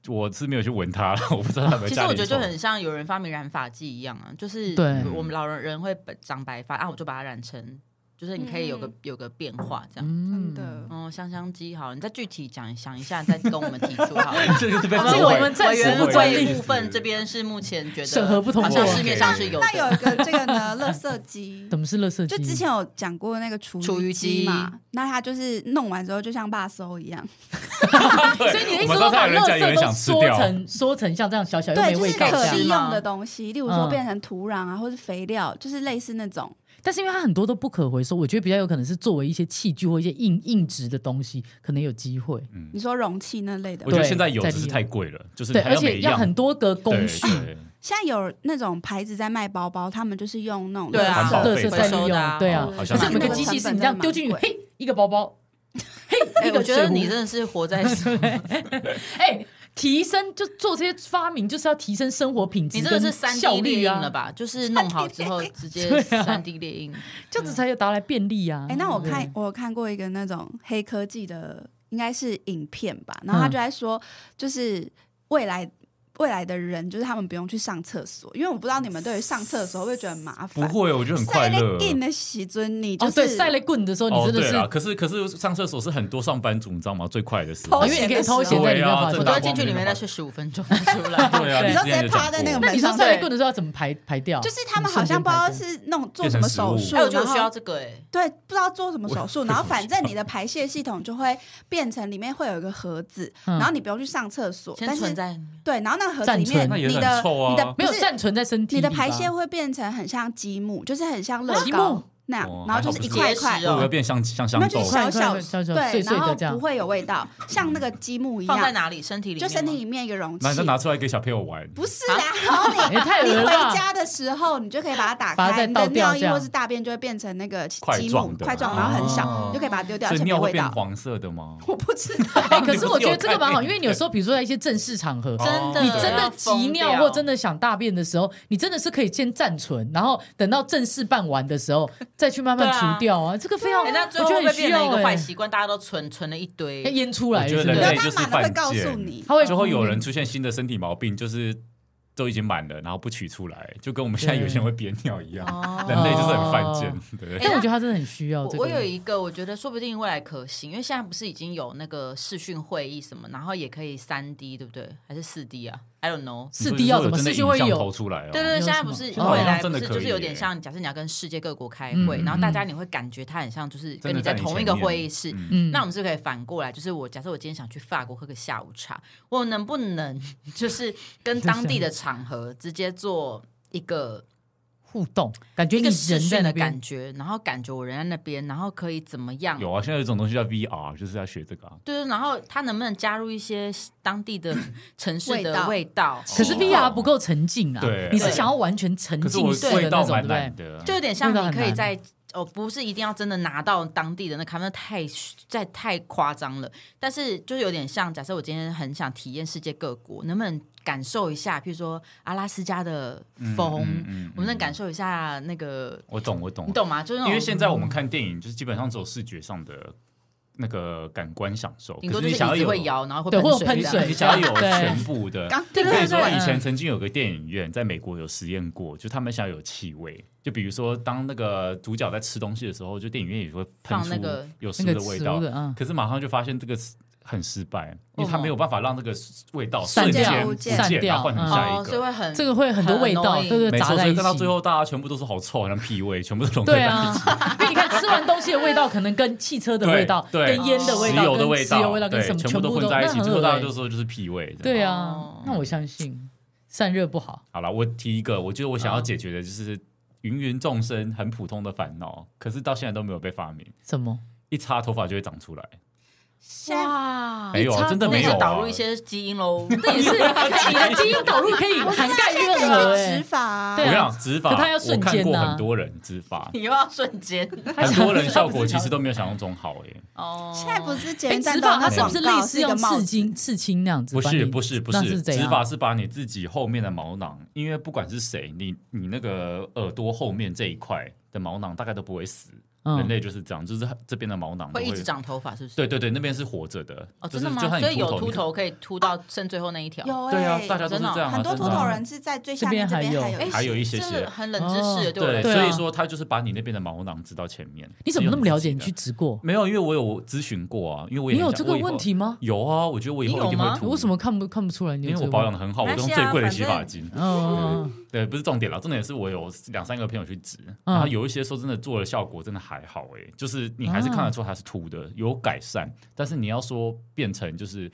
[SPEAKER 4] 我是没有去闻它，我不知道它有没有
[SPEAKER 1] 其实
[SPEAKER 4] 加龄臭。
[SPEAKER 1] 我觉得就很像有人发明染发剂一样啊，就是
[SPEAKER 2] 对
[SPEAKER 1] 我们老人人会本长白发啊，我就把它染成，就是你可以有个、
[SPEAKER 3] 嗯
[SPEAKER 1] 有个变化
[SPEAKER 4] 啊
[SPEAKER 1] 这样。
[SPEAKER 2] 嗯
[SPEAKER 3] 真，的。
[SPEAKER 1] 哦，香香鸡好，你再具体讲想一下，再跟我们提出好了。
[SPEAKER 4] 这就是被
[SPEAKER 1] 我
[SPEAKER 2] 啊
[SPEAKER 1] 们
[SPEAKER 2] 这个
[SPEAKER 4] 驳
[SPEAKER 2] 我
[SPEAKER 4] 回
[SPEAKER 2] 们暂
[SPEAKER 1] 委
[SPEAKER 2] 时
[SPEAKER 1] 员
[SPEAKER 2] 不
[SPEAKER 4] 驳回
[SPEAKER 2] 专
[SPEAKER 1] 会
[SPEAKER 2] 利
[SPEAKER 1] 部分这边是目前觉得
[SPEAKER 2] 审核不通
[SPEAKER 1] 好
[SPEAKER 2] 过
[SPEAKER 1] 像市面上是有
[SPEAKER 3] 那
[SPEAKER 1] 的。
[SPEAKER 3] 有一个这个 呢，垃圾机
[SPEAKER 2] 怎，么是垃圾
[SPEAKER 3] 就
[SPEAKER 2] 机？
[SPEAKER 3] 之前有讲过那个厨
[SPEAKER 1] 厨余
[SPEAKER 3] 机
[SPEAKER 1] 机
[SPEAKER 3] 嘛，那它就是弄完之后就像罢收一样，
[SPEAKER 4] 对
[SPEAKER 2] 所以你的意
[SPEAKER 4] 我们
[SPEAKER 2] 思
[SPEAKER 4] 刚
[SPEAKER 2] 说
[SPEAKER 4] 才
[SPEAKER 2] 把
[SPEAKER 4] 有人
[SPEAKER 2] 垃
[SPEAKER 4] 讲有人
[SPEAKER 2] 圾都
[SPEAKER 4] 想吃
[SPEAKER 2] 缩
[SPEAKER 4] 掉，
[SPEAKER 2] 成缩成像这样小小又
[SPEAKER 3] 对，
[SPEAKER 2] 没
[SPEAKER 3] 就
[SPEAKER 2] 味
[SPEAKER 3] 是
[SPEAKER 2] 道
[SPEAKER 3] 可
[SPEAKER 2] 这
[SPEAKER 3] 利
[SPEAKER 2] 样，
[SPEAKER 3] 用的东西，例如说
[SPEAKER 2] 嗯
[SPEAKER 3] 变成土壤啊，或是肥料，就是类似那种。
[SPEAKER 2] 但是因为它很多都不可回收，我觉得比较有可能是作为一些器具或一些硬硬质的东西，可能有机会。
[SPEAKER 3] 你说容器那类的
[SPEAKER 4] 嗯我，觉得
[SPEAKER 2] 对
[SPEAKER 4] 现在有
[SPEAKER 2] 再
[SPEAKER 4] 只是
[SPEAKER 2] 利用
[SPEAKER 4] 太贵了，就是
[SPEAKER 2] 对，
[SPEAKER 4] 还
[SPEAKER 2] 而
[SPEAKER 4] 每
[SPEAKER 2] 且
[SPEAKER 4] 一
[SPEAKER 2] 要
[SPEAKER 4] 样
[SPEAKER 2] 很多个工
[SPEAKER 4] 对
[SPEAKER 2] 序，
[SPEAKER 4] 对
[SPEAKER 3] 现在有那种牌子在卖包包，他们就是用那种
[SPEAKER 1] 对
[SPEAKER 4] 环
[SPEAKER 1] 啊，
[SPEAKER 4] 保
[SPEAKER 2] 垃
[SPEAKER 4] 费
[SPEAKER 2] 圾
[SPEAKER 4] 吧
[SPEAKER 2] 再
[SPEAKER 1] 回
[SPEAKER 2] 利
[SPEAKER 1] 收
[SPEAKER 2] 用
[SPEAKER 1] 的啊，
[SPEAKER 2] 对啊。
[SPEAKER 4] 好
[SPEAKER 2] 可
[SPEAKER 4] 像
[SPEAKER 2] 是
[SPEAKER 4] 是
[SPEAKER 2] 我们有个机器是你这样丢进去，
[SPEAKER 3] 成本 真的
[SPEAKER 2] 嘿，一个包包，嘿，
[SPEAKER 1] 哎、
[SPEAKER 2] 一个
[SPEAKER 1] 我觉得
[SPEAKER 2] 水壶
[SPEAKER 1] 你真的是活 在水壶，
[SPEAKER 2] 哎，提升就做这些发明，就是要提升生活品质，
[SPEAKER 1] 你真的是三 D
[SPEAKER 2] 三效
[SPEAKER 1] 列
[SPEAKER 2] 率
[SPEAKER 1] 印了
[SPEAKER 2] 啊，
[SPEAKER 1] 吧？就是弄好之后直接
[SPEAKER 2] 对啊
[SPEAKER 1] 三 D 列印，
[SPEAKER 2] 这样子才有达来便利啊。
[SPEAKER 3] 哎，那我看
[SPEAKER 2] 对
[SPEAKER 3] 我有看过一个那种黑科技的，应该是影片吧，然后他就在说，就是未来。未来的人就是他们不用去上厕所，因为我不知道你们对于上厕所会不会觉得很麻
[SPEAKER 4] 不
[SPEAKER 3] 烦。
[SPEAKER 4] 会，我觉得很快
[SPEAKER 3] 晒
[SPEAKER 4] 乐。
[SPEAKER 3] 硬的洗尊，你就
[SPEAKER 2] 哦，
[SPEAKER 3] 是
[SPEAKER 2] 对，晒了棍的时候，你
[SPEAKER 4] 哦，
[SPEAKER 2] 真的
[SPEAKER 4] 对
[SPEAKER 2] 是
[SPEAKER 4] 啦，可是可是上厕所是很多上班族你知道吗？最快的时
[SPEAKER 3] 偷
[SPEAKER 4] 候
[SPEAKER 2] 哦，因，为你可以偷闲在里
[SPEAKER 4] 啊对
[SPEAKER 2] 面
[SPEAKER 4] 啊
[SPEAKER 2] 划，
[SPEAKER 4] 这
[SPEAKER 1] 我
[SPEAKER 2] 手
[SPEAKER 1] 都
[SPEAKER 4] 大
[SPEAKER 1] 要
[SPEAKER 2] 机。
[SPEAKER 1] 进去里面再睡十五分钟再出 来。
[SPEAKER 4] 对啊，
[SPEAKER 2] 你
[SPEAKER 3] 你说
[SPEAKER 4] 之
[SPEAKER 3] 直
[SPEAKER 4] 前
[SPEAKER 3] 接
[SPEAKER 4] 有
[SPEAKER 3] 趴
[SPEAKER 4] 讲
[SPEAKER 3] 在
[SPEAKER 4] 过
[SPEAKER 3] 那个
[SPEAKER 2] 那
[SPEAKER 3] 门
[SPEAKER 2] 你说
[SPEAKER 3] 上，
[SPEAKER 2] 晒了
[SPEAKER 3] 对
[SPEAKER 2] 棍，的时候要怎么排排掉？
[SPEAKER 3] 就是他们好像不知道是那种做什么手 术，
[SPEAKER 1] 哎、我觉得我
[SPEAKER 3] 然
[SPEAKER 1] 需
[SPEAKER 3] 后
[SPEAKER 1] 要这个哎、
[SPEAKER 3] 对，不知道做什么手术，
[SPEAKER 4] 我
[SPEAKER 3] 然后反正你的排泄系统就会变成里面会有一个盒子，
[SPEAKER 2] 嗯
[SPEAKER 3] 然后你不用去上厕所，
[SPEAKER 1] 先
[SPEAKER 3] 但是
[SPEAKER 1] 存在里面。
[SPEAKER 3] 对，然后那个盒子里
[SPEAKER 2] 暂
[SPEAKER 3] 面
[SPEAKER 2] 存那
[SPEAKER 4] 也
[SPEAKER 3] 你
[SPEAKER 4] 很
[SPEAKER 3] 的
[SPEAKER 4] 臭啊
[SPEAKER 3] 你的
[SPEAKER 2] 没有
[SPEAKER 3] 不是
[SPEAKER 2] 暂存在身体
[SPEAKER 3] 你
[SPEAKER 2] 里吧，啊
[SPEAKER 3] 的排泄会变成很像积木，就是很像乐
[SPEAKER 2] 积木
[SPEAKER 3] 高那样
[SPEAKER 4] 哦，
[SPEAKER 3] 然后就是一块一块
[SPEAKER 1] 还好不是结实
[SPEAKER 4] 会
[SPEAKER 1] 哦
[SPEAKER 4] 不会变像像
[SPEAKER 3] 那
[SPEAKER 4] 香
[SPEAKER 3] 就
[SPEAKER 4] 豆
[SPEAKER 3] 是？小
[SPEAKER 2] 块
[SPEAKER 3] 小
[SPEAKER 2] 块小小
[SPEAKER 3] 对，
[SPEAKER 2] 碎碎的
[SPEAKER 3] 然后
[SPEAKER 2] 这样
[SPEAKER 3] 不会有味道，像那个积木一
[SPEAKER 1] 放在
[SPEAKER 3] 样，
[SPEAKER 1] 哪里？身体里面
[SPEAKER 3] 就
[SPEAKER 1] 吗
[SPEAKER 3] 身体里面一个容器
[SPEAKER 4] 那你。再拿出来给小朋友玩，
[SPEAKER 3] 不是
[SPEAKER 2] 啊
[SPEAKER 3] 啦，然后你
[SPEAKER 1] 啊
[SPEAKER 2] 也太
[SPEAKER 3] 你
[SPEAKER 2] 恶了
[SPEAKER 3] 回
[SPEAKER 2] 吧。
[SPEAKER 3] 家的时候，你就可以把它打
[SPEAKER 2] 把它再
[SPEAKER 3] 开，你的
[SPEAKER 2] 倒掉
[SPEAKER 3] 尿液
[SPEAKER 2] 这样
[SPEAKER 3] 或是大便就会变成那个
[SPEAKER 4] 块
[SPEAKER 3] 积木
[SPEAKER 4] 状的啊
[SPEAKER 3] 块状，然后很小，
[SPEAKER 4] 哦
[SPEAKER 3] 你就可以把
[SPEAKER 1] 啊
[SPEAKER 3] 它丢掉，而
[SPEAKER 4] 所以
[SPEAKER 3] 且没
[SPEAKER 4] 尿
[SPEAKER 3] 有
[SPEAKER 4] 会
[SPEAKER 3] 味
[SPEAKER 4] 变
[SPEAKER 3] 道。
[SPEAKER 4] 黄色的吗？
[SPEAKER 3] 我不知道，
[SPEAKER 2] 哎，可是我觉得这个蛮好，
[SPEAKER 4] 你不是有看
[SPEAKER 2] 因为你有时候比如说在一些正式场合。
[SPEAKER 1] 真的
[SPEAKER 2] 你
[SPEAKER 4] 哦
[SPEAKER 2] 真的急尿或真
[SPEAKER 1] 的
[SPEAKER 2] 的想大便的时候，你真的是可以先暂存，然后等到正式办完 的时候再去慢慢
[SPEAKER 1] 对啊
[SPEAKER 2] 除掉啊。这个非常，
[SPEAKER 1] 哎、
[SPEAKER 2] 我
[SPEAKER 1] 那最
[SPEAKER 2] 觉
[SPEAKER 1] 后会不
[SPEAKER 2] 得很
[SPEAKER 1] 会
[SPEAKER 2] 需
[SPEAKER 1] 变成
[SPEAKER 2] 要
[SPEAKER 1] 一个坏
[SPEAKER 2] 哎，
[SPEAKER 1] 习惯？大家都存存了一堆
[SPEAKER 2] 要，淹出来
[SPEAKER 4] 我
[SPEAKER 2] 了
[SPEAKER 4] 觉得
[SPEAKER 2] 是不
[SPEAKER 4] 人
[SPEAKER 2] 是
[SPEAKER 4] 类
[SPEAKER 3] 对，？
[SPEAKER 4] 就是
[SPEAKER 3] 他马上会
[SPEAKER 4] 犯
[SPEAKER 3] 告诉
[SPEAKER 4] 贱
[SPEAKER 3] 你。
[SPEAKER 2] 它会嗯
[SPEAKER 4] 最后有人出现新的身体毛病，就是都已经满了，然后不取出来，就跟我们现在有些人会憋尿一样，
[SPEAKER 1] 哦
[SPEAKER 4] 人类就是很犯贱
[SPEAKER 2] 哦，
[SPEAKER 4] 对不对？
[SPEAKER 2] 但我觉得他真的很需要
[SPEAKER 1] 我
[SPEAKER 2] 这
[SPEAKER 1] 我有
[SPEAKER 2] 个。
[SPEAKER 1] 一个，我觉得说不定未来可行，因为现在不是已经有那个视讯会议什么，然后也可以三 D 对不对？还是四 D 啊？I don't know。
[SPEAKER 2] 四 D 要
[SPEAKER 4] 你说
[SPEAKER 2] 怎
[SPEAKER 4] 有
[SPEAKER 2] 么
[SPEAKER 4] 真的
[SPEAKER 2] 视讯会
[SPEAKER 4] 影像
[SPEAKER 2] 有
[SPEAKER 4] 投出来哦？
[SPEAKER 1] 对啊对对，
[SPEAKER 2] 有
[SPEAKER 1] 现在
[SPEAKER 2] 什
[SPEAKER 1] 不
[SPEAKER 2] 么
[SPEAKER 1] 是
[SPEAKER 2] 哦
[SPEAKER 1] 未来
[SPEAKER 4] 真
[SPEAKER 1] 不
[SPEAKER 4] 的
[SPEAKER 1] 是
[SPEAKER 4] 可
[SPEAKER 1] 就是
[SPEAKER 4] 以
[SPEAKER 1] 有
[SPEAKER 4] 耶
[SPEAKER 1] 点像，假设你要跟世界各国开
[SPEAKER 4] 嗯
[SPEAKER 1] 会，
[SPEAKER 4] 嗯
[SPEAKER 1] 然后大家你会感觉它很像就是跟
[SPEAKER 4] 真的在
[SPEAKER 1] 在
[SPEAKER 4] 你
[SPEAKER 1] 同一
[SPEAKER 4] 前
[SPEAKER 1] 个
[SPEAKER 4] 面
[SPEAKER 1] 会议室，
[SPEAKER 4] 嗯
[SPEAKER 2] 嗯
[SPEAKER 1] 那我们是不是可以反过来，就是我假设我今天想去法国喝个下午茶，我能不能 就是跟当地的场合直接做一个
[SPEAKER 2] 互动，感觉
[SPEAKER 1] 一
[SPEAKER 2] 你
[SPEAKER 1] 个视
[SPEAKER 2] 人在
[SPEAKER 1] 讯
[SPEAKER 2] 那
[SPEAKER 1] 的
[SPEAKER 2] 边
[SPEAKER 1] 感，觉，然后感觉我人在那边，然后可以怎么样？
[SPEAKER 4] 有啊，现在有一种东西叫 VR，就是要学这个啊。
[SPEAKER 1] 对，然后它能不能加入一些当地的城市
[SPEAKER 3] 味
[SPEAKER 1] 的
[SPEAKER 3] 道
[SPEAKER 1] 味道？
[SPEAKER 2] 可是
[SPEAKER 4] 哦
[SPEAKER 2] VR 不够沉浸啊。
[SPEAKER 4] 对
[SPEAKER 2] 你是
[SPEAKER 1] 对
[SPEAKER 2] 想要完全沉
[SPEAKER 4] 可是
[SPEAKER 2] 浸
[SPEAKER 4] 我
[SPEAKER 2] 式的
[SPEAKER 4] 味
[SPEAKER 2] 那
[SPEAKER 4] 道
[SPEAKER 2] 种，对
[SPEAKER 4] 蛮
[SPEAKER 2] 不对
[SPEAKER 4] 难？的，
[SPEAKER 1] 就有点像
[SPEAKER 2] 味道
[SPEAKER 1] 你
[SPEAKER 2] 很
[SPEAKER 1] 可以
[SPEAKER 2] 难
[SPEAKER 1] 在哦，不是一定要真的拿到当地的那咖啡，那太在太夸张了。但是就是有点像，假设我今天很想体验世界各国，能不能感受一下，譬如说阿拉斯加的风，
[SPEAKER 4] 嗯嗯嗯
[SPEAKER 1] 我们能感受一下那个，
[SPEAKER 4] 我懂，我懂
[SPEAKER 1] 你，懂吗？就是那
[SPEAKER 4] 因为
[SPEAKER 1] 种
[SPEAKER 4] 现在我们看电影就是基本上只有视觉上的那个感官享受，
[SPEAKER 1] 顶
[SPEAKER 4] 可
[SPEAKER 1] 多就
[SPEAKER 4] 是你
[SPEAKER 1] 是
[SPEAKER 4] 想要
[SPEAKER 1] 椅子
[SPEAKER 4] 有
[SPEAKER 1] 会摇，然后会
[SPEAKER 2] 对会有
[SPEAKER 1] 水
[SPEAKER 2] 喷
[SPEAKER 1] 这样
[SPEAKER 2] 水
[SPEAKER 4] 你想要有
[SPEAKER 2] 对
[SPEAKER 4] 全部的。
[SPEAKER 3] 刚
[SPEAKER 1] 对
[SPEAKER 4] 我跟
[SPEAKER 1] 对
[SPEAKER 4] 你说，
[SPEAKER 1] 对
[SPEAKER 4] 以
[SPEAKER 2] 嗯
[SPEAKER 4] 前曾经有个电影院在美国有实验过，就他们想要有气味，就比如说当那个主角在吃东西的时候，就电影院也会喷
[SPEAKER 1] 放
[SPEAKER 4] 出
[SPEAKER 1] 那个
[SPEAKER 4] 有食
[SPEAKER 2] 那
[SPEAKER 4] 物
[SPEAKER 2] 个
[SPEAKER 4] 的味
[SPEAKER 2] 食
[SPEAKER 4] 道
[SPEAKER 2] 物，的啊，
[SPEAKER 4] 可是马上就发现这个是很失败，
[SPEAKER 1] 为
[SPEAKER 4] 因为他
[SPEAKER 1] 什么
[SPEAKER 4] 没有办法让这个味道
[SPEAKER 2] 散
[SPEAKER 4] 瞬
[SPEAKER 2] 掉
[SPEAKER 4] 间不
[SPEAKER 3] 散
[SPEAKER 4] 见，
[SPEAKER 2] 掉
[SPEAKER 4] 然后换成
[SPEAKER 2] 嗯
[SPEAKER 4] 下一
[SPEAKER 1] 哦，所以
[SPEAKER 4] 个。
[SPEAKER 1] 会很
[SPEAKER 2] 这个会很多味道，
[SPEAKER 1] 很
[SPEAKER 2] 对对，
[SPEAKER 4] 没错，
[SPEAKER 2] 杂
[SPEAKER 4] 所
[SPEAKER 2] 在一
[SPEAKER 4] 以
[SPEAKER 2] 起
[SPEAKER 4] 看。到最后，大家全部都是好臭，好像屁味，全部都融合
[SPEAKER 2] 对
[SPEAKER 4] 在一
[SPEAKER 2] 啊
[SPEAKER 4] 起。，
[SPEAKER 2] 因为你看吃完东西的味道，可能跟汽车的味道、跟
[SPEAKER 4] 对
[SPEAKER 2] 烟的味
[SPEAKER 4] 石
[SPEAKER 2] 道、
[SPEAKER 4] 油的
[SPEAKER 2] 跟
[SPEAKER 4] 味
[SPEAKER 2] 石油味道、跟
[SPEAKER 4] 对，
[SPEAKER 2] 什么
[SPEAKER 4] 全部
[SPEAKER 2] 都
[SPEAKER 4] 混在一起，
[SPEAKER 2] 那
[SPEAKER 4] 最
[SPEAKER 2] 很
[SPEAKER 4] 后
[SPEAKER 2] 恶
[SPEAKER 4] 大家
[SPEAKER 2] 欸
[SPEAKER 4] 就说就是屁味。这样
[SPEAKER 2] 对啊
[SPEAKER 1] 哦，
[SPEAKER 2] 那我相信散热不好，
[SPEAKER 4] 好了，我提一个，
[SPEAKER 1] 嗯
[SPEAKER 4] 我觉得我想要解决的就是芸芸众生很普通的烦恼，可是到现在都没有被发明。
[SPEAKER 2] 什么？
[SPEAKER 4] 一擦头发就会长出来，
[SPEAKER 1] 哇，
[SPEAKER 4] 没有
[SPEAKER 2] 一
[SPEAKER 4] 啊，
[SPEAKER 2] 擦
[SPEAKER 4] 真的
[SPEAKER 1] 那
[SPEAKER 4] 没有
[SPEAKER 1] 就
[SPEAKER 4] 啊。
[SPEAKER 1] 导入一些基因 喽。
[SPEAKER 2] 这也是你的基因导入可以涵盖任何
[SPEAKER 3] 可以
[SPEAKER 2] 欸
[SPEAKER 3] 植，发啊，
[SPEAKER 4] 我
[SPEAKER 2] 对
[SPEAKER 4] 跟你
[SPEAKER 2] 啊
[SPEAKER 4] 讲，植发，
[SPEAKER 2] 可它要瞬间啊
[SPEAKER 4] 我看过很多人植 发，
[SPEAKER 1] 你又要瞬 间
[SPEAKER 4] 很多人效果其实都没有想象中好欸诶、
[SPEAKER 1] 哦，
[SPEAKER 3] 现在不是捷
[SPEAKER 2] 哎，
[SPEAKER 3] 运站
[SPEAKER 2] 植
[SPEAKER 3] 都有
[SPEAKER 2] 发它
[SPEAKER 3] 那
[SPEAKER 2] 是不是
[SPEAKER 3] 广
[SPEAKER 2] 类
[SPEAKER 3] 告
[SPEAKER 2] 似
[SPEAKER 3] 一个
[SPEAKER 2] 用
[SPEAKER 3] 帽
[SPEAKER 2] 刺
[SPEAKER 3] 子
[SPEAKER 2] 青、刺青那样子
[SPEAKER 4] 不
[SPEAKER 2] 把你？
[SPEAKER 4] 是不是不
[SPEAKER 2] 那
[SPEAKER 4] 是，
[SPEAKER 2] 是怎
[SPEAKER 4] 植
[SPEAKER 2] 样
[SPEAKER 4] 发是把你自己后面的毛囊，因为不管是谁，你你那个耳朵后面这一块的毛囊大概都不会死，人
[SPEAKER 2] 嗯，
[SPEAKER 4] 类就是这样，就是这边的毛囊都
[SPEAKER 1] 会一直。长头发，是不是？
[SPEAKER 4] 对对对，那边是活着的，
[SPEAKER 1] 哦，
[SPEAKER 4] 就
[SPEAKER 1] 真
[SPEAKER 4] 是
[SPEAKER 1] 的
[SPEAKER 4] 就
[SPEAKER 1] 吗？
[SPEAKER 4] 算
[SPEAKER 1] 所
[SPEAKER 4] 你
[SPEAKER 1] 以有
[SPEAKER 4] 秃
[SPEAKER 1] 秃
[SPEAKER 4] 你看
[SPEAKER 1] 头可以秃到剩最后那一条。
[SPEAKER 3] 有
[SPEAKER 4] 对啊
[SPEAKER 3] 哎，
[SPEAKER 4] 大家都
[SPEAKER 1] 真
[SPEAKER 4] 是
[SPEAKER 1] 的哦
[SPEAKER 4] 这样啊，
[SPEAKER 3] 很多
[SPEAKER 4] 真
[SPEAKER 3] 秃
[SPEAKER 4] 的啊
[SPEAKER 3] 头人是在最下面
[SPEAKER 2] 这
[SPEAKER 3] 这
[SPEAKER 2] 边
[SPEAKER 3] 边
[SPEAKER 2] 还
[SPEAKER 3] 还
[SPEAKER 2] 有
[SPEAKER 3] 有
[SPEAKER 1] 哎
[SPEAKER 3] 一
[SPEAKER 4] 还有一些
[SPEAKER 1] 这
[SPEAKER 4] 些
[SPEAKER 1] 很冷知识
[SPEAKER 2] 哦
[SPEAKER 1] 耶，对我来
[SPEAKER 4] 对，
[SPEAKER 1] 说。
[SPEAKER 2] 对啊
[SPEAKER 4] 所以说他就是把你那边的毛囊植到前面。
[SPEAKER 2] 你怎么那么了
[SPEAKER 4] 只
[SPEAKER 2] 解？
[SPEAKER 4] 有
[SPEAKER 2] 你
[SPEAKER 4] 自己
[SPEAKER 2] 去
[SPEAKER 4] 的
[SPEAKER 2] 植过？
[SPEAKER 4] 没有，因为我有咨询过啊，因为我也
[SPEAKER 2] 你有
[SPEAKER 4] 很想
[SPEAKER 2] 这个
[SPEAKER 4] 我以后
[SPEAKER 2] 问题吗？
[SPEAKER 4] 有啊，我觉得我以后
[SPEAKER 1] 你有
[SPEAKER 4] 一定会
[SPEAKER 1] 吗
[SPEAKER 4] 秃。
[SPEAKER 2] 我为什？么看不看不出来你
[SPEAKER 4] 因
[SPEAKER 2] 有
[SPEAKER 4] 为我
[SPEAKER 2] 这个问题？
[SPEAKER 4] 保养的很好，我
[SPEAKER 1] 没
[SPEAKER 4] 都用
[SPEAKER 1] 关系啊
[SPEAKER 4] 最贵的洗
[SPEAKER 1] 反
[SPEAKER 4] 发
[SPEAKER 1] 正
[SPEAKER 4] 精。
[SPEAKER 2] 嗯，
[SPEAKER 4] 对，不是重点啦，重点是我有两三个朋友去植，
[SPEAKER 2] 嗯
[SPEAKER 4] 然后有一些说真的做的效果真的还好哎、就是你还是看得出它是秃
[SPEAKER 2] 嗯
[SPEAKER 4] 的，有改善，但是你要说变成就是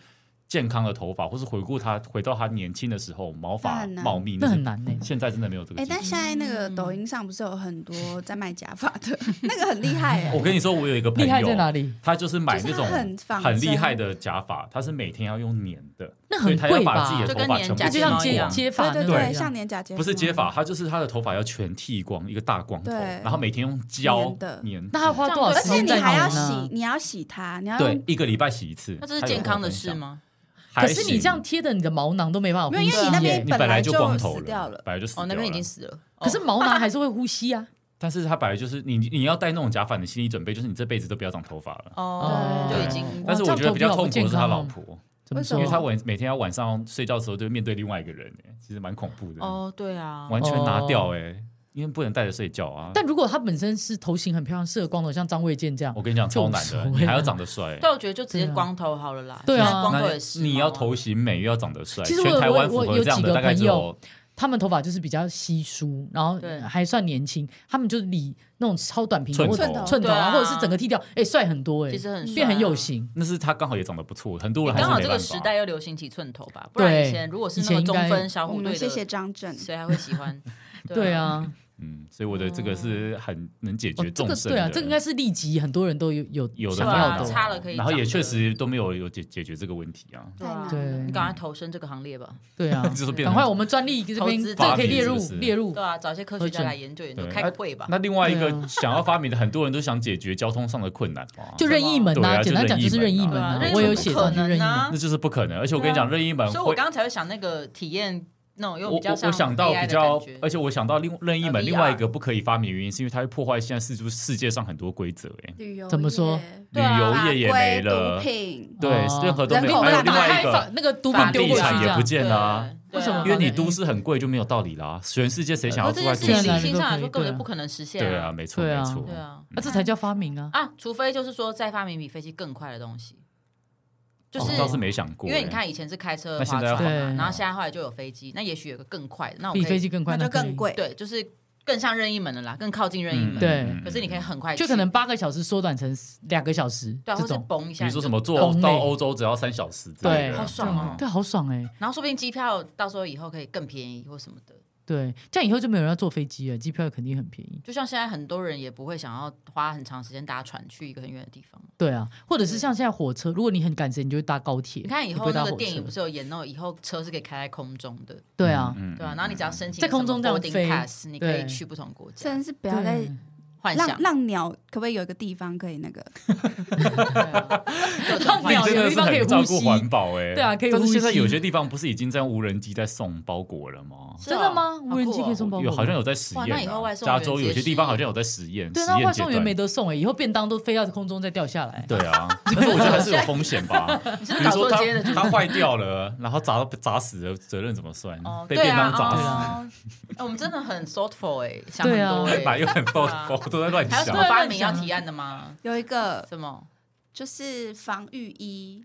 [SPEAKER 4] 健康的头发，或是回顾它回到它年轻的时候毛
[SPEAKER 3] 那
[SPEAKER 4] 发
[SPEAKER 3] 很难
[SPEAKER 4] 茂密，
[SPEAKER 2] 那
[SPEAKER 4] 是
[SPEAKER 2] 很难欸呢。
[SPEAKER 4] 现在真的没有这个
[SPEAKER 3] 哎、
[SPEAKER 4] 技术。
[SPEAKER 3] 但现在那
[SPEAKER 2] 嗯
[SPEAKER 3] 个抖音上不是有很多在卖假发的， 那个很厉害哎、
[SPEAKER 2] 哦
[SPEAKER 4] 我跟你说，我有一个朋
[SPEAKER 2] 厉害在哪
[SPEAKER 4] 友，
[SPEAKER 2] 里？
[SPEAKER 4] 他就是买那
[SPEAKER 3] 就是
[SPEAKER 4] 种
[SPEAKER 3] 他很仿
[SPEAKER 4] 很厉
[SPEAKER 3] 真
[SPEAKER 4] 害的假发，他是每天要用粘的，
[SPEAKER 2] 那
[SPEAKER 4] 所以
[SPEAKER 2] 很
[SPEAKER 4] 他要
[SPEAKER 2] 贵
[SPEAKER 4] 把自己？
[SPEAKER 2] 吧
[SPEAKER 4] 的
[SPEAKER 1] 就
[SPEAKER 4] 头
[SPEAKER 1] 跟
[SPEAKER 4] 发
[SPEAKER 1] 粘
[SPEAKER 4] 全部
[SPEAKER 1] 夹
[SPEAKER 2] 就
[SPEAKER 1] 睫
[SPEAKER 2] 像
[SPEAKER 1] 毛一
[SPEAKER 2] 接
[SPEAKER 1] 样
[SPEAKER 2] 接发
[SPEAKER 3] 对
[SPEAKER 2] 那
[SPEAKER 3] 对
[SPEAKER 2] 种
[SPEAKER 3] 对，
[SPEAKER 2] 一
[SPEAKER 3] 像
[SPEAKER 2] 样，
[SPEAKER 3] 脸假啊睫毛
[SPEAKER 4] 不是接发，他就是他的头发要全剃光，一个大光头，
[SPEAKER 3] 对
[SPEAKER 4] 然后每天用胶
[SPEAKER 3] 粘的
[SPEAKER 4] 粘。
[SPEAKER 2] 那他花多少
[SPEAKER 3] 而
[SPEAKER 2] 时
[SPEAKER 3] 且
[SPEAKER 2] 间
[SPEAKER 3] 你
[SPEAKER 2] 在
[SPEAKER 3] 还要
[SPEAKER 2] 弄呢
[SPEAKER 3] 洗，你要洗它，你要
[SPEAKER 4] 对
[SPEAKER 3] 用，
[SPEAKER 4] 一个礼拜洗一次。
[SPEAKER 1] 那这是健康的事吗？
[SPEAKER 4] 他有跟我分
[SPEAKER 2] 可
[SPEAKER 4] 享？
[SPEAKER 2] 是你这样贴的，你的毛囊都没办法呼
[SPEAKER 3] 没
[SPEAKER 2] 吸
[SPEAKER 3] 有
[SPEAKER 2] 耶。
[SPEAKER 3] 因为你那边
[SPEAKER 4] 还行，你本来就光
[SPEAKER 3] 本
[SPEAKER 4] 头
[SPEAKER 3] 来就死掉了
[SPEAKER 4] 本来就死掉
[SPEAKER 1] 哦，
[SPEAKER 4] 了。
[SPEAKER 1] 那边已经死了。
[SPEAKER 2] 可是
[SPEAKER 1] 哦
[SPEAKER 2] 毛囊还是会呼吸啊。
[SPEAKER 4] 但是他本来就是你，你要带那种假发的心理准备，就是你这辈子都不要长头发了。
[SPEAKER 1] 哦，
[SPEAKER 3] 对
[SPEAKER 1] 就已经
[SPEAKER 2] 哇
[SPEAKER 4] 但是我觉得比较痛苦的是他
[SPEAKER 2] 哦
[SPEAKER 4] 老婆，
[SPEAKER 2] 怎么
[SPEAKER 3] 为什
[SPEAKER 2] 说
[SPEAKER 4] 因
[SPEAKER 3] 么
[SPEAKER 4] 为？他晚每天要晚上睡觉的时候就面对另外一个人、哎，其实蛮恐怖的，
[SPEAKER 1] 哦，对啊，
[SPEAKER 4] 完全拿掉哎、因为不能带着睡觉啊。
[SPEAKER 2] 但如果他本身是头型很漂亮、适合光头，像张卫健这样
[SPEAKER 4] 我，跟你讲超难
[SPEAKER 2] 就
[SPEAKER 4] 的，
[SPEAKER 2] 无所谓啊
[SPEAKER 4] 你还要长得帅、
[SPEAKER 1] 对，我觉得就直接光头好了啦。
[SPEAKER 2] 对啊
[SPEAKER 1] 现在光头
[SPEAKER 4] 那
[SPEAKER 1] 也是嘛，
[SPEAKER 4] 你要头型美又要长得帅，
[SPEAKER 2] 其实
[SPEAKER 4] 全
[SPEAKER 2] 我有
[SPEAKER 4] 台湾符
[SPEAKER 2] 我我
[SPEAKER 4] 合
[SPEAKER 2] 有
[SPEAKER 4] 这样
[SPEAKER 2] 几
[SPEAKER 4] 的
[SPEAKER 2] 个
[SPEAKER 4] 大概只
[SPEAKER 2] 朋友
[SPEAKER 4] 有
[SPEAKER 2] 他们头发就是比较稀疏，然后
[SPEAKER 1] 对
[SPEAKER 2] 还算年轻，他们就理那种超短平头
[SPEAKER 4] 寸
[SPEAKER 2] 或
[SPEAKER 4] 头
[SPEAKER 2] 者寸头
[SPEAKER 1] 对啊
[SPEAKER 2] 或者是整个剃掉，哎，帅很多哎
[SPEAKER 1] 其，实很帅啊
[SPEAKER 2] 变很有。型。
[SPEAKER 4] 那是他刚好也长得不错，很多人还
[SPEAKER 1] 刚
[SPEAKER 4] 是
[SPEAKER 1] 好
[SPEAKER 4] 没
[SPEAKER 1] 这
[SPEAKER 4] 办
[SPEAKER 1] 个
[SPEAKER 4] 法。
[SPEAKER 1] 时代又流行起寸头吧，不然
[SPEAKER 2] 对
[SPEAKER 1] 以前如果是
[SPEAKER 2] 以
[SPEAKER 1] 那
[SPEAKER 2] 前
[SPEAKER 1] 个
[SPEAKER 2] 应
[SPEAKER 1] 中
[SPEAKER 2] 该
[SPEAKER 1] 分小
[SPEAKER 3] 我
[SPEAKER 1] 虎
[SPEAKER 3] 们
[SPEAKER 1] 队
[SPEAKER 3] 谢谢
[SPEAKER 1] 的，
[SPEAKER 3] 张震，
[SPEAKER 1] 谁还会喜欢？
[SPEAKER 2] 对，啊，
[SPEAKER 4] 嗯，所以我的这个是很能解
[SPEAKER 2] 哦
[SPEAKER 4] 决
[SPEAKER 2] 这
[SPEAKER 4] 众
[SPEAKER 2] 个
[SPEAKER 4] 生的。
[SPEAKER 2] 对啊，这个应该是立即很多人都有有
[SPEAKER 4] 有的
[SPEAKER 2] 想
[SPEAKER 1] 对啊
[SPEAKER 4] 没
[SPEAKER 2] 要的
[SPEAKER 4] 有
[SPEAKER 1] 对
[SPEAKER 4] 的，
[SPEAKER 1] 差了可以
[SPEAKER 4] 然后也
[SPEAKER 1] 长
[SPEAKER 4] 确
[SPEAKER 1] 的
[SPEAKER 4] 实都没有有解解决这个问题啊，
[SPEAKER 1] 对啊
[SPEAKER 3] 太
[SPEAKER 2] 对
[SPEAKER 3] 难了
[SPEAKER 1] 你赶快投身这个行列吧。
[SPEAKER 2] 对啊，
[SPEAKER 4] 就是变
[SPEAKER 2] 赶快
[SPEAKER 4] 成。
[SPEAKER 2] 我们专利这边
[SPEAKER 1] 投
[SPEAKER 2] 这
[SPEAKER 1] 资
[SPEAKER 2] 个可以列
[SPEAKER 4] 发
[SPEAKER 2] 入
[SPEAKER 4] 明是不是
[SPEAKER 2] 列入
[SPEAKER 1] 对，啊，找一些科学
[SPEAKER 2] 核
[SPEAKER 1] 家
[SPEAKER 2] 准
[SPEAKER 1] 来研究研究，
[SPEAKER 4] 对
[SPEAKER 1] 开个会吧。
[SPEAKER 4] 那另外一
[SPEAKER 2] 对
[SPEAKER 4] 个
[SPEAKER 2] 啊
[SPEAKER 4] 想要发明的，很多人都想解决交通上的困难嘛，
[SPEAKER 2] 就任意门
[SPEAKER 4] 对
[SPEAKER 2] 呐，
[SPEAKER 4] 啊
[SPEAKER 2] 简单讲就是任意门
[SPEAKER 1] 对啊
[SPEAKER 2] 啊
[SPEAKER 4] 就任意门，
[SPEAKER 2] 我
[SPEAKER 4] 那
[SPEAKER 2] 有
[SPEAKER 4] 不
[SPEAKER 2] 写
[SPEAKER 4] 可
[SPEAKER 2] 上去
[SPEAKER 1] 能
[SPEAKER 2] 任意
[SPEAKER 1] 啊
[SPEAKER 2] 门，
[SPEAKER 4] 那就是不可能。而且我跟你讲，任意门
[SPEAKER 1] 所以我
[SPEAKER 4] 会，
[SPEAKER 1] 刚刚才会想那个体验那种
[SPEAKER 4] 我
[SPEAKER 1] 又比
[SPEAKER 4] 我
[SPEAKER 1] 较像
[SPEAKER 4] 我想到
[SPEAKER 1] AI
[SPEAKER 4] 比
[SPEAKER 1] 的
[SPEAKER 4] 较呃
[SPEAKER 1] 感觉，
[SPEAKER 4] 而且我想到另任意
[SPEAKER 1] 呃
[SPEAKER 4] 门
[SPEAKER 1] VR
[SPEAKER 4] 另外一个不可以发明的原因，是因为它会破坏现在世出世界上很多规则，哎，
[SPEAKER 3] 旅游业
[SPEAKER 2] 怎么说？
[SPEAKER 1] 对啊
[SPEAKER 4] 旅游业也没了
[SPEAKER 3] 法规毒，品
[SPEAKER 4] 对
[SPEAKER 2] 哦，
[SPEAKER 4] 任何都没
[SPEAKER 3] 人
[SPEAKER 4] 有。
[SPEAKER 3] 口
[SPEAKER 4] 还有
[SPEAKER 3] 贩
[SPEAKER 4] 另
[SPEAKER 3] 卖
[SPEAKER 4] 外一
[SPEAKER 2] 打开
[SPEAKER 4] 个
[SPEAKER 2] 房，那个毒品
[SPEAKER 1] 房
[SPEAKER 2] 丢
[SPEAKER 4] 地
[SPEAKER 2] 过去
[SPEAKER 4] 产
[SPEAKER 2] 这
[SPEAKER 4] 也
[SPEAKER 2] 样
[SPEAKER 4] 不，见了啊，
[SPEAKER 1] 对
[SPEAKER 2] 为什么
[SPEAKER 4] 因为你都市很贵就没有道理啦。啊全世界谁想要
[SPEAKER 1] 可
[SPEAKER 4] 住
[SPEAKER 1] 这
[SPEAKER 4] 在
[SPEAKER 1] 件
[SPEAKER 4] 都
[SPEAKER 1] 事情
[SPEAKER 4] 市
[SPEAKER 2] 现在
[SPEAKER 1] 理性
[SPEAKER 2] 都
[SPEAKER 1] 上来
[SPEAKER 2] 可以
[SPEAKER 1] 说根本
[SPEAKER 2] 对啊
[SPEAKER 1] 就不可能实现
[SPEAKER 4] 对啊，没错
[SPEAKER 2] 对啊
[SPEAKER 4] 没错
[SPEAKER 1] 对。啊
[SPEAKER 2] 那这才叫发明啊！
[SPEAKER 1] 啊，除非就是说再发明比飞机更快的东西，就
[SPEAKER 4] 我
[SPEAKER 1] 是
[SPEAKER 4] 哦倒是没想过，
[SPEAKER 1] 因为你
[SPEAKER 4] 哎，
[SPEAKER 1] 看以前是开车
[SPEAKER 4] 那
[SPEAKER 1] 划
[SPEAKER 4] 现
[SPEAKER 1] 船
[SPEAKER 4] 在要
[SPEAKER 2] 对
[SPEAKER 1] 嘛，然后现在后来就有飞机，那也许有个更快的，那我可
[SPEAKER 2] 比
[SPEAKER 1] 以
[SPEAKER 2] 飞机更快，
[SPEAKER 3] 那就
[SPEAKER 2] 可以
[SPEAKER 3] 更贵。
[SPEAKER 1] 对，就是更像任意门的啦，更靠近任意门。
[SPEAKER 4] 嗯
[SPEAKER 2] 对
[SPEAKER 1] 可是你可以。很快去，
[SPEAKER 2] 就可能八个小时缩短成两个小时
[SPEAKER 1] 对啊，或
[SPEAKER 2] 这
[SPEAKER 1] 是
[SPEAKER 2] 种，
[SPEAKER 1] 嘣一
[SPEAKER 4] 比
[SPEAKER 1] 下，
[SPEAKER 4] 如说什
[SPEAKER 1] 么，
[SPEAKER 4] 么坐
[SPEAKER 2] 懂嘞
[SPEAKER 4] 到欧洲只要三小时之类的，嗯
[SPEAKER 2] 对
[SPEAKER 1] 好爽哦
[SPEAKER 2] 对，好爽哎！
[SPEAKER 1] 然后说不定机票到时候以后可以更便宜或什么的。
[SPEAKER 2] 对，这样以后就没有人要坐飞机了，机票肯定很便宜。
[SPEAKER 1] 就像现在很多人也不会想要花很长时间搭船去一个很远的地方。
[SPEAKER 2] 对啊，或者是像现在火车，如果你很赶时间，你就会搭高铁。
[SPEAKER 1] 你看以
[SPEAKER 2] 你不
[SPEAKER 1] 后
[SPEAKER 2] 会搭
[SPEAKER 1] 那个
[SPEAKER 2] 火
[SPEAKER 1] 电影
[SPEAKER 2] 车
[SPEAKER 1] 不是有演那种以后车是可以开在空中的，
[SPEAKER 2] 对啊，
[SPEAKER 4] 嗯
[SPEAKER 1] 对吧、然后你只要申请
[SPEAKER 2] 在空
[SPEAKER 1] 什么
[SPEAKER 2] 中这样
[SPEAKER 1] boarding
[SPEAKER 2] 飞
[SPEAKER 1] pass，你可以
[SPEAKER 2] 对
[SPEAKER 1] 去不同国家。
[SPEAKER 3] 真的是不要再
[SPEAKER 2] 对
[SPEAKER 1] 幻
[SPEAKER 3] 让
[SPEAKER 1] 想，
[SPEAKER 3] 让鸟可不可以有一个地方可以那个？
[SPEAKER 1] 对各种
[SPEAKER 2] 让
[SPEAKER 1] 幻
[SPEAKER 2] 鸟
[SPEAKER 1] 想
[SPEAKER 4] 真
[SPEAKER 2] 有
[SPEAKER 4] 的
[SPEAKER 2] 地
[SPEAKER 4] 是
[SPEAKER 2] 方可以
[SPEAKER 4] 很照顾
[SPEAKER 2] 呼吸
[SPEAKER 4] 环保哎、
[SPEAKER 2] 对啊可以
[SPEAKER 4] 但是
[SPEAKER 2] 呼
[SPEAKER 4] 现在有
[SPEAKER 2] 吸
[SPEAKER 4] 些地方不是已经在无人机在送包裹了吗？
[SPEAKER 1] 是哦
[SPEAKER 2] 真的吗？
[SPEAKER 1] 好
[SPEAKER 2] 无人机
[SPEAKER 1] 酷哦
[SPEAKER 2] 可以送包裹？
[SPEAKER 4] 有好像有在实
[SPEAKER 1] 哇
[SPEAKER 4] 验、
[SPEAKER 1] 那以后
[SPEAKER 4] 啊，
[SPEAKER 1] 外送
[SPEAKER 4] 加
[SPEAKER 1] 员
[SPEAKER 4] 州
[SPEAKER 1] 直
[SPEAKER 4] 有
[SPEAKER 1] 接啊
[SPEAKER 4] 些地方
[SPEAKER 1] 试
[SPEAKER 4] 好像有在实验，
[SPEAKER 2] 对，
[SPEAKER 4] 实
[SPEAKER 2] 那
[SPEAKER 4] 验
[SPEAKER 2] 外
[SPEAKER 4] 阶
[SPEAKER 2] 送员
[SPEAKER 4] 段
[SPEAKER 2] 没得送哎，以后便当都飞到空中再掉下来。
[SPEAKER 4] 对 啊，但是我觉得还是有风险吧。
[SPEAKER 1] 哦是
[SPEAKER 4] 比如
[SPEAKER 1] 搞
[SPEAKER 4] 说
[SPEAKER 1] 错
[SPEAKER 4] 它
[SPEAKER 1] 街 的主
[SPEAKER 4] 它坏掉了，然后砸砸死了，责任怎么算
[SPEAKER 1] 哦？，
[SPEAKER 4] 被
[SPEAKER 1] 对
[SPEAKER 4] 便
[SPEAKER 1] 啊
[SPEAKER 4] 当砸
[SPEAKER 1] 哦
[SPEAKER 4] 死，
[SPEAKER 1] 哎我们真的很 thoughtful 哎，想很
[SPEAKER 2] 对啊
[SPEAKER 1] 多
[SPEAKER 4] 哎妈
[SPEAKER 1] 哎。
[SPEAKER 4] 又很爆爆，都在乱
[SPEAKER 1] 还有什
[SPEAKER 4] 想
[SPEAKER 1] 么。发
[SPEAKER 2] 对
[SPEAKER 1] 明要
[SPEAKER 2] 乱想
[SPEAKER 1] 提案的吗？
[SPEAKER 3] 有一个
[SPEAKER 1] 什么？
[SPEAKER 3] 就是防御衣，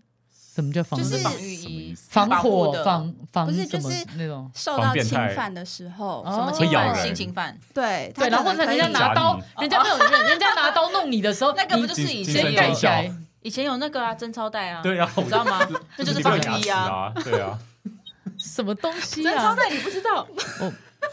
[SPEAKER 2] 什么叫防
[SPEAKER 3] 就是
[SPEAKER 1] 防御
[SPEAKER 4] 哦什么
[SPEAKER 1] 衣
[SPEAKER 4] 意思、
[SPEAKER 2] 防
[SPEAKER 1] 保护
[SPEAKER 2] 火
[SPEAKER 1] 的、
[SPEAKER 2] 防防
[SPEAKER 3] 不是
[SPEAKER 2] 什
[SPEAKER 3] 就
[SPEAKER 2] 么
[SPEAKER 3] 是
[SPEAKER 2] 那种？
[SPEAKER 3] 受
[SPEAKER 4] 防
[SPEAKER 3] 到
[SPEAKER 4] 变
[SPEAKER 3] 侵
[SPEAKER 4] 态
[SPEAKER 3] 犯的时候，
[SPEAKER 1] 什么
[SPEAKER 2] 哦
[SPEAKER 1] 侵
[SPEAKER 4] 会咬
[SPEAKER 1] 犯、
[SPEAKER 4] 人
[SPEAKER 1] 性侵犯，
[SPEAKER 3] 对，它
[SPEAKER 2] 对，然后或
[SPEAKER 3] 可
[SPEAKER 2] 者
[SPEAKER 3] 能可
[SPEAKER 2] 人
[SPEAKER 3] 以
[SPEAKER 2] 家拿刀
[SPEAKER 4] 夹，
[SPEAKER 2] 人家没有人，人家拿刀弄你的时候，
[SPEAKER 1] 那个不就是
[SPEAKER 4] 精
[SPEAKER 1] 以
[SPEAKER 4] 精
[SPEAKER 1] 前
[SPEAKER 4] 神
[SPEAKER 1] 有
[SPEAKER 4] 在
[SPEAKER 2] 盖起
[SPEAKER 4] 校
[SPEAKER 2] 来？
[SPEAKER 1] 以前有那个啊，贞操带啊，
[SPEAKER 4] 对啊，
[SPEAKER 1] 你知道吗？那就是防
[SPEAKER 4] 这个牙
[SPEAKER 1] 御
[SPEAKER 4] 齿
[SPEAKER 1] 啊。
[SPEAKER 4] 啊，对啊，
[SPEAKER 2] 什么东西
[SPEAKER 1] 贞操
[SPEAKER 2] 啊？
[SPEAKER 1] 带你不知道，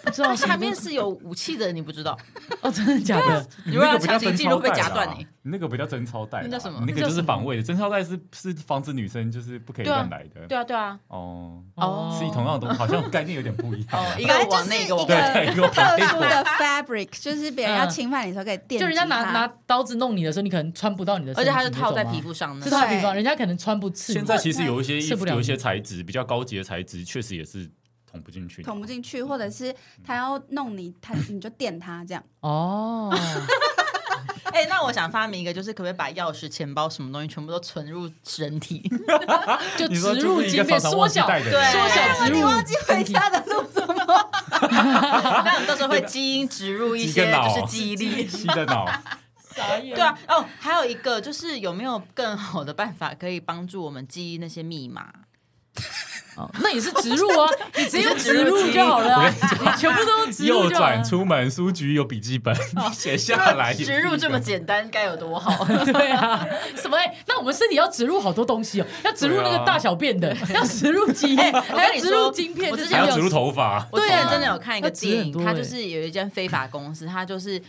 [SPEAKER 2] 不知道
[SPEAKER 1] 它
[SPEAKER 2] 什
[SPEAKER 1] 哦下
[SPEAKER 2] 么东
[SPEAKER 1] 面是有武器的，你不知道？
[SPEAKER 2] 哦，真的假 的？
[SPEAKER 1] 你
[SPEAKER 4] 你
[SPEAKER 1] 如果要
[SPEAKER 4] 那个不
[SPEAKER 1] 强
[SPEAKER 4] 叫
[SPEAKER 1] 行
[SPEAKER 4] 贞
[SPEAKER 1] 进入
[SPEAKER 4] 操
[SPEAKER 1] 被
[SPEAKER 4] 带
[SPEAKER 1] 夹断
[SPEAKER 4] 啦
[SPEAKER 1] 你。
[SPEAKER 4] 你那个不叫贞操带啦，
[SPEAKER 1] 那叫什么
[SPEAKER 4] 你那
[SPEAKER 2] 那
[SPEAKER 4] 个
[SPEAKER 2] 叫
[SPEAKER 4] 就是
[SPEAKER 2] 什么
[SPEAKER 4] 防卫的，贞操带是是防止女生就是不可以
[SPEAKER 1] 对啊
[SPEAKER 4] 乱来的。
[SPEAKER 1] 对啊，对啊，
[SPEAKER 4] 哦，
[SPEAKER 1] 哦
[SPEAKER 4] 是同样的东西，好像概念有点不一样啊。
[SPEAKER 1] 哦，一
[SPEAKER 3] 反
[SPEAKER 1] 个
[SPEAKER 3] 正
[SPEAKER 1] 往
[SPEAKER 3] 就是
[SPEAKER 1] 内，一个往
[SPEAKER 3] 一个
[SPEAKER 1] 外。
[SPEAKER 4] 对，一个
[SPEAKER 3] 特
[SPEAKER 4] 防卫
[SPEAKER 3] 殊的 fabric，就是别人要
[SPEAKER 2] 嗯
[SPEAKER 3] 侵犯你的时候可以电，
[SPEAKER 2] 就人家拿拿刀子弄你的时候，你可能穿不到你的身
[SPEAKER 1] 而
[SPEAKER 2] 体
[SPEAKER 1] 且它
[SPEAKER 2] 那种吗，啊
[SPEAKER 1] 是套在皮肤上的
[SPEAKER 2] 是。套在皮肤上，
[SPEAKER 3] 对
[SPEAKER 2] 人家可能穿不刺你。
[SPEAKER 4] 现在其实有一些衣
[SPEAKER 2] 吃不
[SPEAKER 4] 服，
[SPEAKER 2] 了
[SPEAKER 4] 有一些
[SPEAKER 2] 你
[SPEAKER 4] 材质比较高级的材质，确实也是捅不进去的，
[SPEAKER 3] 捅不进去，或者是他要弄你，他你就电他这样。
[SPEAKER 2] 哦，
[SPEAKER 1] 哎，那我想发明一个，就是可不可以把钥匙、钱包什么东西全部都存入人体？
[SPEAKER 2] 就
[SPEAKER 4] 你说
[SPEAKER 2] 植
[SPEAKER 4] 这
[SPEAKER 2] 入
[SPEAKER 4] 是一
[SPEAKER 2] 晶
[SPEAKER 4] 个
[SPEAKER 2] 片，
[SPEAKER 4] 常常
[SPEAKER 2] 缩
[SPEAKER 4] 忘记
[SPEAKER 2] 小，
[SPEAKER 4] 带的
[SPEAKER 1] 对
[SPEAKER 2] 缩小
[SPEAKER 3] 我
[SPEAKER 2] 植
[SPEAKER 3] 哎你
[SPEAKER 2] 入
[SPEAKER 3] 忘记回
[SPEAKER 2] 身体。
[SPEAKER 3] 家的路怎么？
[SPEAKER 1] 那我们到时候会基因植入一
[SPEAKER 4] 几
[SPEAKER 1] 些
[SPEAKER 4] 个脑
[SPEAKER 1] 就是记忆 力。
[SPEAKER 4] 吸的脑，
[SPEAKER 2] 对
[SPEAKER 1] 对，啊，哦，还有一个就是有没有更好的办法可以帮助我们记忆那些密码？
[SPEAKER 2] 哦那也是植入啊，你直接用植入就好了
[SPEAKER 4] 我
[SPEAKER 2] 啊，
[SPEAKER 4] 跟
[SPEAKER 2] 你全部都用植入
[SPEAKER 4] 右
[SPEAKER 2] 就好了
[SPEAKER 4] 转。出门，书局有笔记本， 写下来。
[SPEAKER 1] 植入这么简单，该有多好？
[SPEAKER 2] 对啊，什么、欸？那我们身体要植入好多东西哦，要植入那
[SPEAKER 4] 啊
[SPEAKER 2] 个大小便的，要植入基因，
[SPEAKER 1] 哎
[SPEAKER 2] 还要植入晶片，
[SPEAKER 1] 我跟你
[SPEAKER 2] 这
[SPEAKER 1] 说
[SPEAKER 4] 还要
[SPEAKER 2] 些要
[SPEAKER 4] 植入头发，
[SPEAKER 1] 我之前啊真的有看一个电
[SPEAKER 2] 那值很多
[SPEAKER 1] 影，
[SPEAKER 2] 欸
[SPEAKER 1] 它就是有一间非法公司，它就是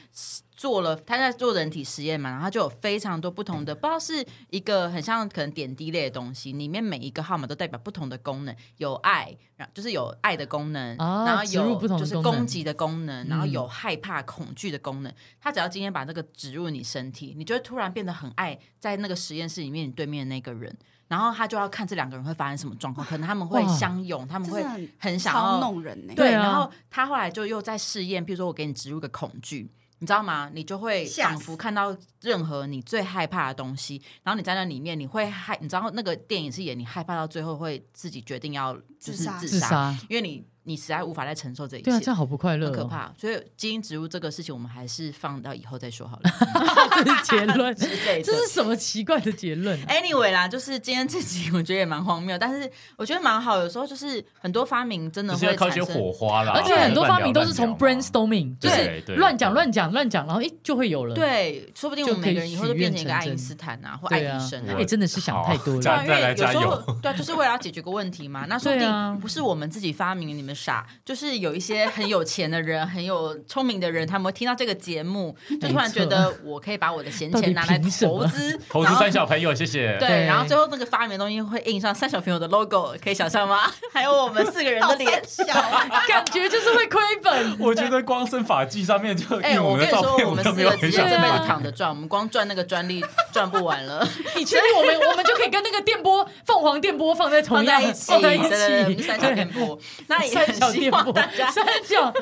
[SPEAKER 1] 做了，它在做人体实验嘛，然后它就有非常多不同的，不知道是一个很像可能点滴类的东西，里面每一个号码都代表不同的功能，有爱，然后就是有爱的功能，
[SPEAKER 2] 啊
[SPEAKER 1] 然后
[SPEAKER 2] 植入
[SPEAKER 1] 有
[SPEAKER 2] 不同的
[SPEAKER 1] 就是
[SPEAKER 2] 功能
[SPEAKER 1] 攻击的功能，
[SPEAKER 2] 嗯
[SPEAKER 1] 然后有害怕、恐惧的功能。它只要今天把这个植入你身体，你就会突然变得很爱在那个实验室里面你对面的那个人。然后他就要看这两个人会发生什么状况，可能他们会
[SPEAKER 2] 哇
[SPEAKER 1] 相拥，他们
[SPEAKER 3] 真
[SPEAKER 1] 会
[SPEAKER 3] 的很
[SPEAKER 1] 很想
[SPEAKER 3] 操
[SPEAKER 1] 要
[SPEAKER 3] 弄人呢、
[SPEAKER 1] 对，
[SPEAKER 2] 对啊
[SPEAKER 1] 然后他后来就又在试验，比如说我给你植入个恐惧，你知道吗？你就会
[SPEAKER 3] 吓
[SPEAKER 1] 仿
[SPEAKER 3] 死
[SPEAKER 1] 佛看到任何你最害怕的东西，然后你在那里面，你会害，你知道那个电影是演你害怕到最后会自己决定要就是
[SPEAKER 3] 自杀
[SPEAKER 1] 自
[SPEAKER 2] 自
[SPEAKER 1] 杀，
[SPEAKER 2] 杀。
[SPEAKER 1] 因为你你实在无法再承受这一
[SPEAKER 2] 对啊，这
[SPEAKER 1] 切。
[SPEAKER 2] 样好不快乐、
[SPEAKER 1] 很
[SPEAKER 2] 哦，
[SPEAKER 1] 可！怕，所以基因植入这个事情，我们还是放到以后再说好了。
[SPEAKER 2] 这是结 论，
[SPEAKER 1] 之类的
[SPEAKER 2] 这是什么奇怪的结论、啊？
[SPEAKER 1] Anyway 啦，就是今天这集我觉得也蛮荒谬，但是我觉得蛮好。有时候就是很多发明真的
[SPEAKER 4] 就是
[SPEAKER 1] 会
[SPEAKER 4] 要靠一
[SPEAKER 1] 产
[SPEAKER 4] 些
[SPEAKER 1] 生
[SPEAKER 4] 火花啦。
[SPEAKER 2] 而且很多发明都是
[SPEAKER 4] 乱聊
[SPEAKER 2] 从
[SPEAKER 4] 嘛
[SPEAKER 2] brainstorming，就
[SPEAKER 4] 对
[SPEAKER 2] 是
[SPEAKER 4] 对
[SPEAKER 2] 乱讲、乱讲、乱讲，然后诶就会有了。，
[SPEAKER 1] 对，说不定我们
[SPEAKER 2] 嗯就可
[SPEAKER 1] 每
[SPEAKER 2] 以
[SPEAKER 1] 个人以后都变成一个
[SPEAKER 2] 许愿成
[SPEAKER 1] 爱
[SPEAKER 2] 真
[SPEAKER 1] 因斯坦啊，或爱
[SPEAKER 2] 对
[SPEAKER 1] 迪
[SPEAKER 2] 啊
[SPEAKER 1] 生啊
[SPEAKER 2] 哎、。真的是想太 多
[SPEAKER 4] 好
[SPEAKER 2] 了
[SPEAKER 4] 加。
[SPEAKER 1] 对
[SPEAKER 4] 再
[SPEAKER 1] 啊，因
[SPEAKER 4] 来
[SPEAKER 1] 为有
[SPEAKER 4] 加
[SPEAKER 1] 时候
[SPEAKER 4] 油！
[SPEAKER 1] 对啊，就是为了要解决个问题嘛。那说不
[SPEAKER 2] 对
[SPEAKER 1] 定
[SPEAKER 2] 啊
[SPEAKER 1] 不是我们自己发明，你们傻，就是有一些很有钱的人、很有聪明的人，他们会听到这个节目，就突然觉得我可以把我的闲钱拿来
[SPEAKER 2] 到底凭什
[SPEAKER 1] 投
[SPEAKER 2] 么
[SPEAKER 1] 资，
[SPEAKER 4] 投资
[SPEAKER 1] 然后
[SPEAKER 4] 三小朋友，谢谢。
[SPEAKER 1] 对，
[SPEAKER 2] 对
[SPEAKER 1] 然后最后那个发明的东西会印上三小朋友的 logo，可以想象吗？ 还有我们四个人的脸。
[SPEAKER 3] 小啊，
[SPEAKER 2] 感觉就是会亏本，
[SPEAKER 4] 我觉得光生发剂上面就
[SPEAKER 1] 哎、
[SPEAKER 4] 印
[SPEAKER 1] 我
[SPEAKER 4] 们
[SPEAKER 1] 跟
[SPEAKER 4] 的
[SPEAKER 1] 你
[SPEAKER 4] 照
[SPEAKER 1] 说，
[SPEAKER 4] 片，
[SPEAKER 1] 我们
[SPEAKER 4] 都
[SPEAKER 1] 四
[SPEAKER 4] 没有
[SPEAKER 1] 个
[SPEAKER 4] 很
[SPEAKER 1] 直接
[SPEAKER 4] 想
[SPEAKER 1] 这
[SPEAKER 2] 对
[SPEAKER 1] 辈
[SPEAKER 2] 啊
[SPEAKER 1] 子躺着赚，我们光赚那个专利赚不完了。
[SPEAKER 2] 你确定我们我们就可以跟那个电波凤凰电波放在同
[SPEAKER 1] 放
[SPEAKER 2] 样
[SPEAKER 1] 在一起，
[SPEAKER 2] 放在一
[SPEAKER 1] 对对对
[SPEAKER 2] 起，
[SPEAKER 1] 三角店铺。那也
[SPEAKER 2] 三
[SPEAKER 1] 很
[SPEAKER 2] 角
[SPEAKER 1] 希
[SPEAKER 2] 电
[SPEAKER 1] 望
[SPEAKER 2] 波，
[SPEAKER 1] 大家，
[SPEAKER 2] 三角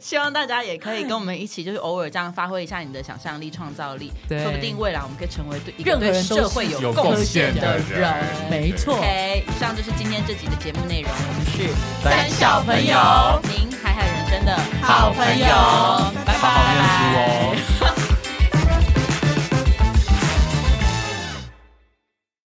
[SPEAKER 1] 希望大家也可以跟我们一起，就是偶尔这样发挥一下你的想象力、创造力，
[SPEAKER 2] 对
[SPEAKER 1] 说不定未来我们可以成为对一个
[SPEAKER 2] 任何
[SPEAKER 1] 对
[SPEAKER 2] 人都
[SPEAKER 1] 社会
[SPEAKER 2] 是
[SPEAKER 1] 有
[SPEAKER 4] 有
[SPEAKER 1] 贡
[SPEAKER 4] 贡
[SPEAKER 1] 献。
[SPEAKER 4] 献的
[SPEAKER 2] 贡献的
[SPEAKER 4] 人
[SPEAKER 2] 人，没错。
[SPEAKER 1] OK，以上就是今天这集的节目内容，我们是
[SPEAKER 4] 三小朋友
[SPEAKER 1] 您海海人生的
[SPEAKER 4] 好朋友
[SPEAKER 1] 拜拜。
[SPEAKER 4] 好好念书哦。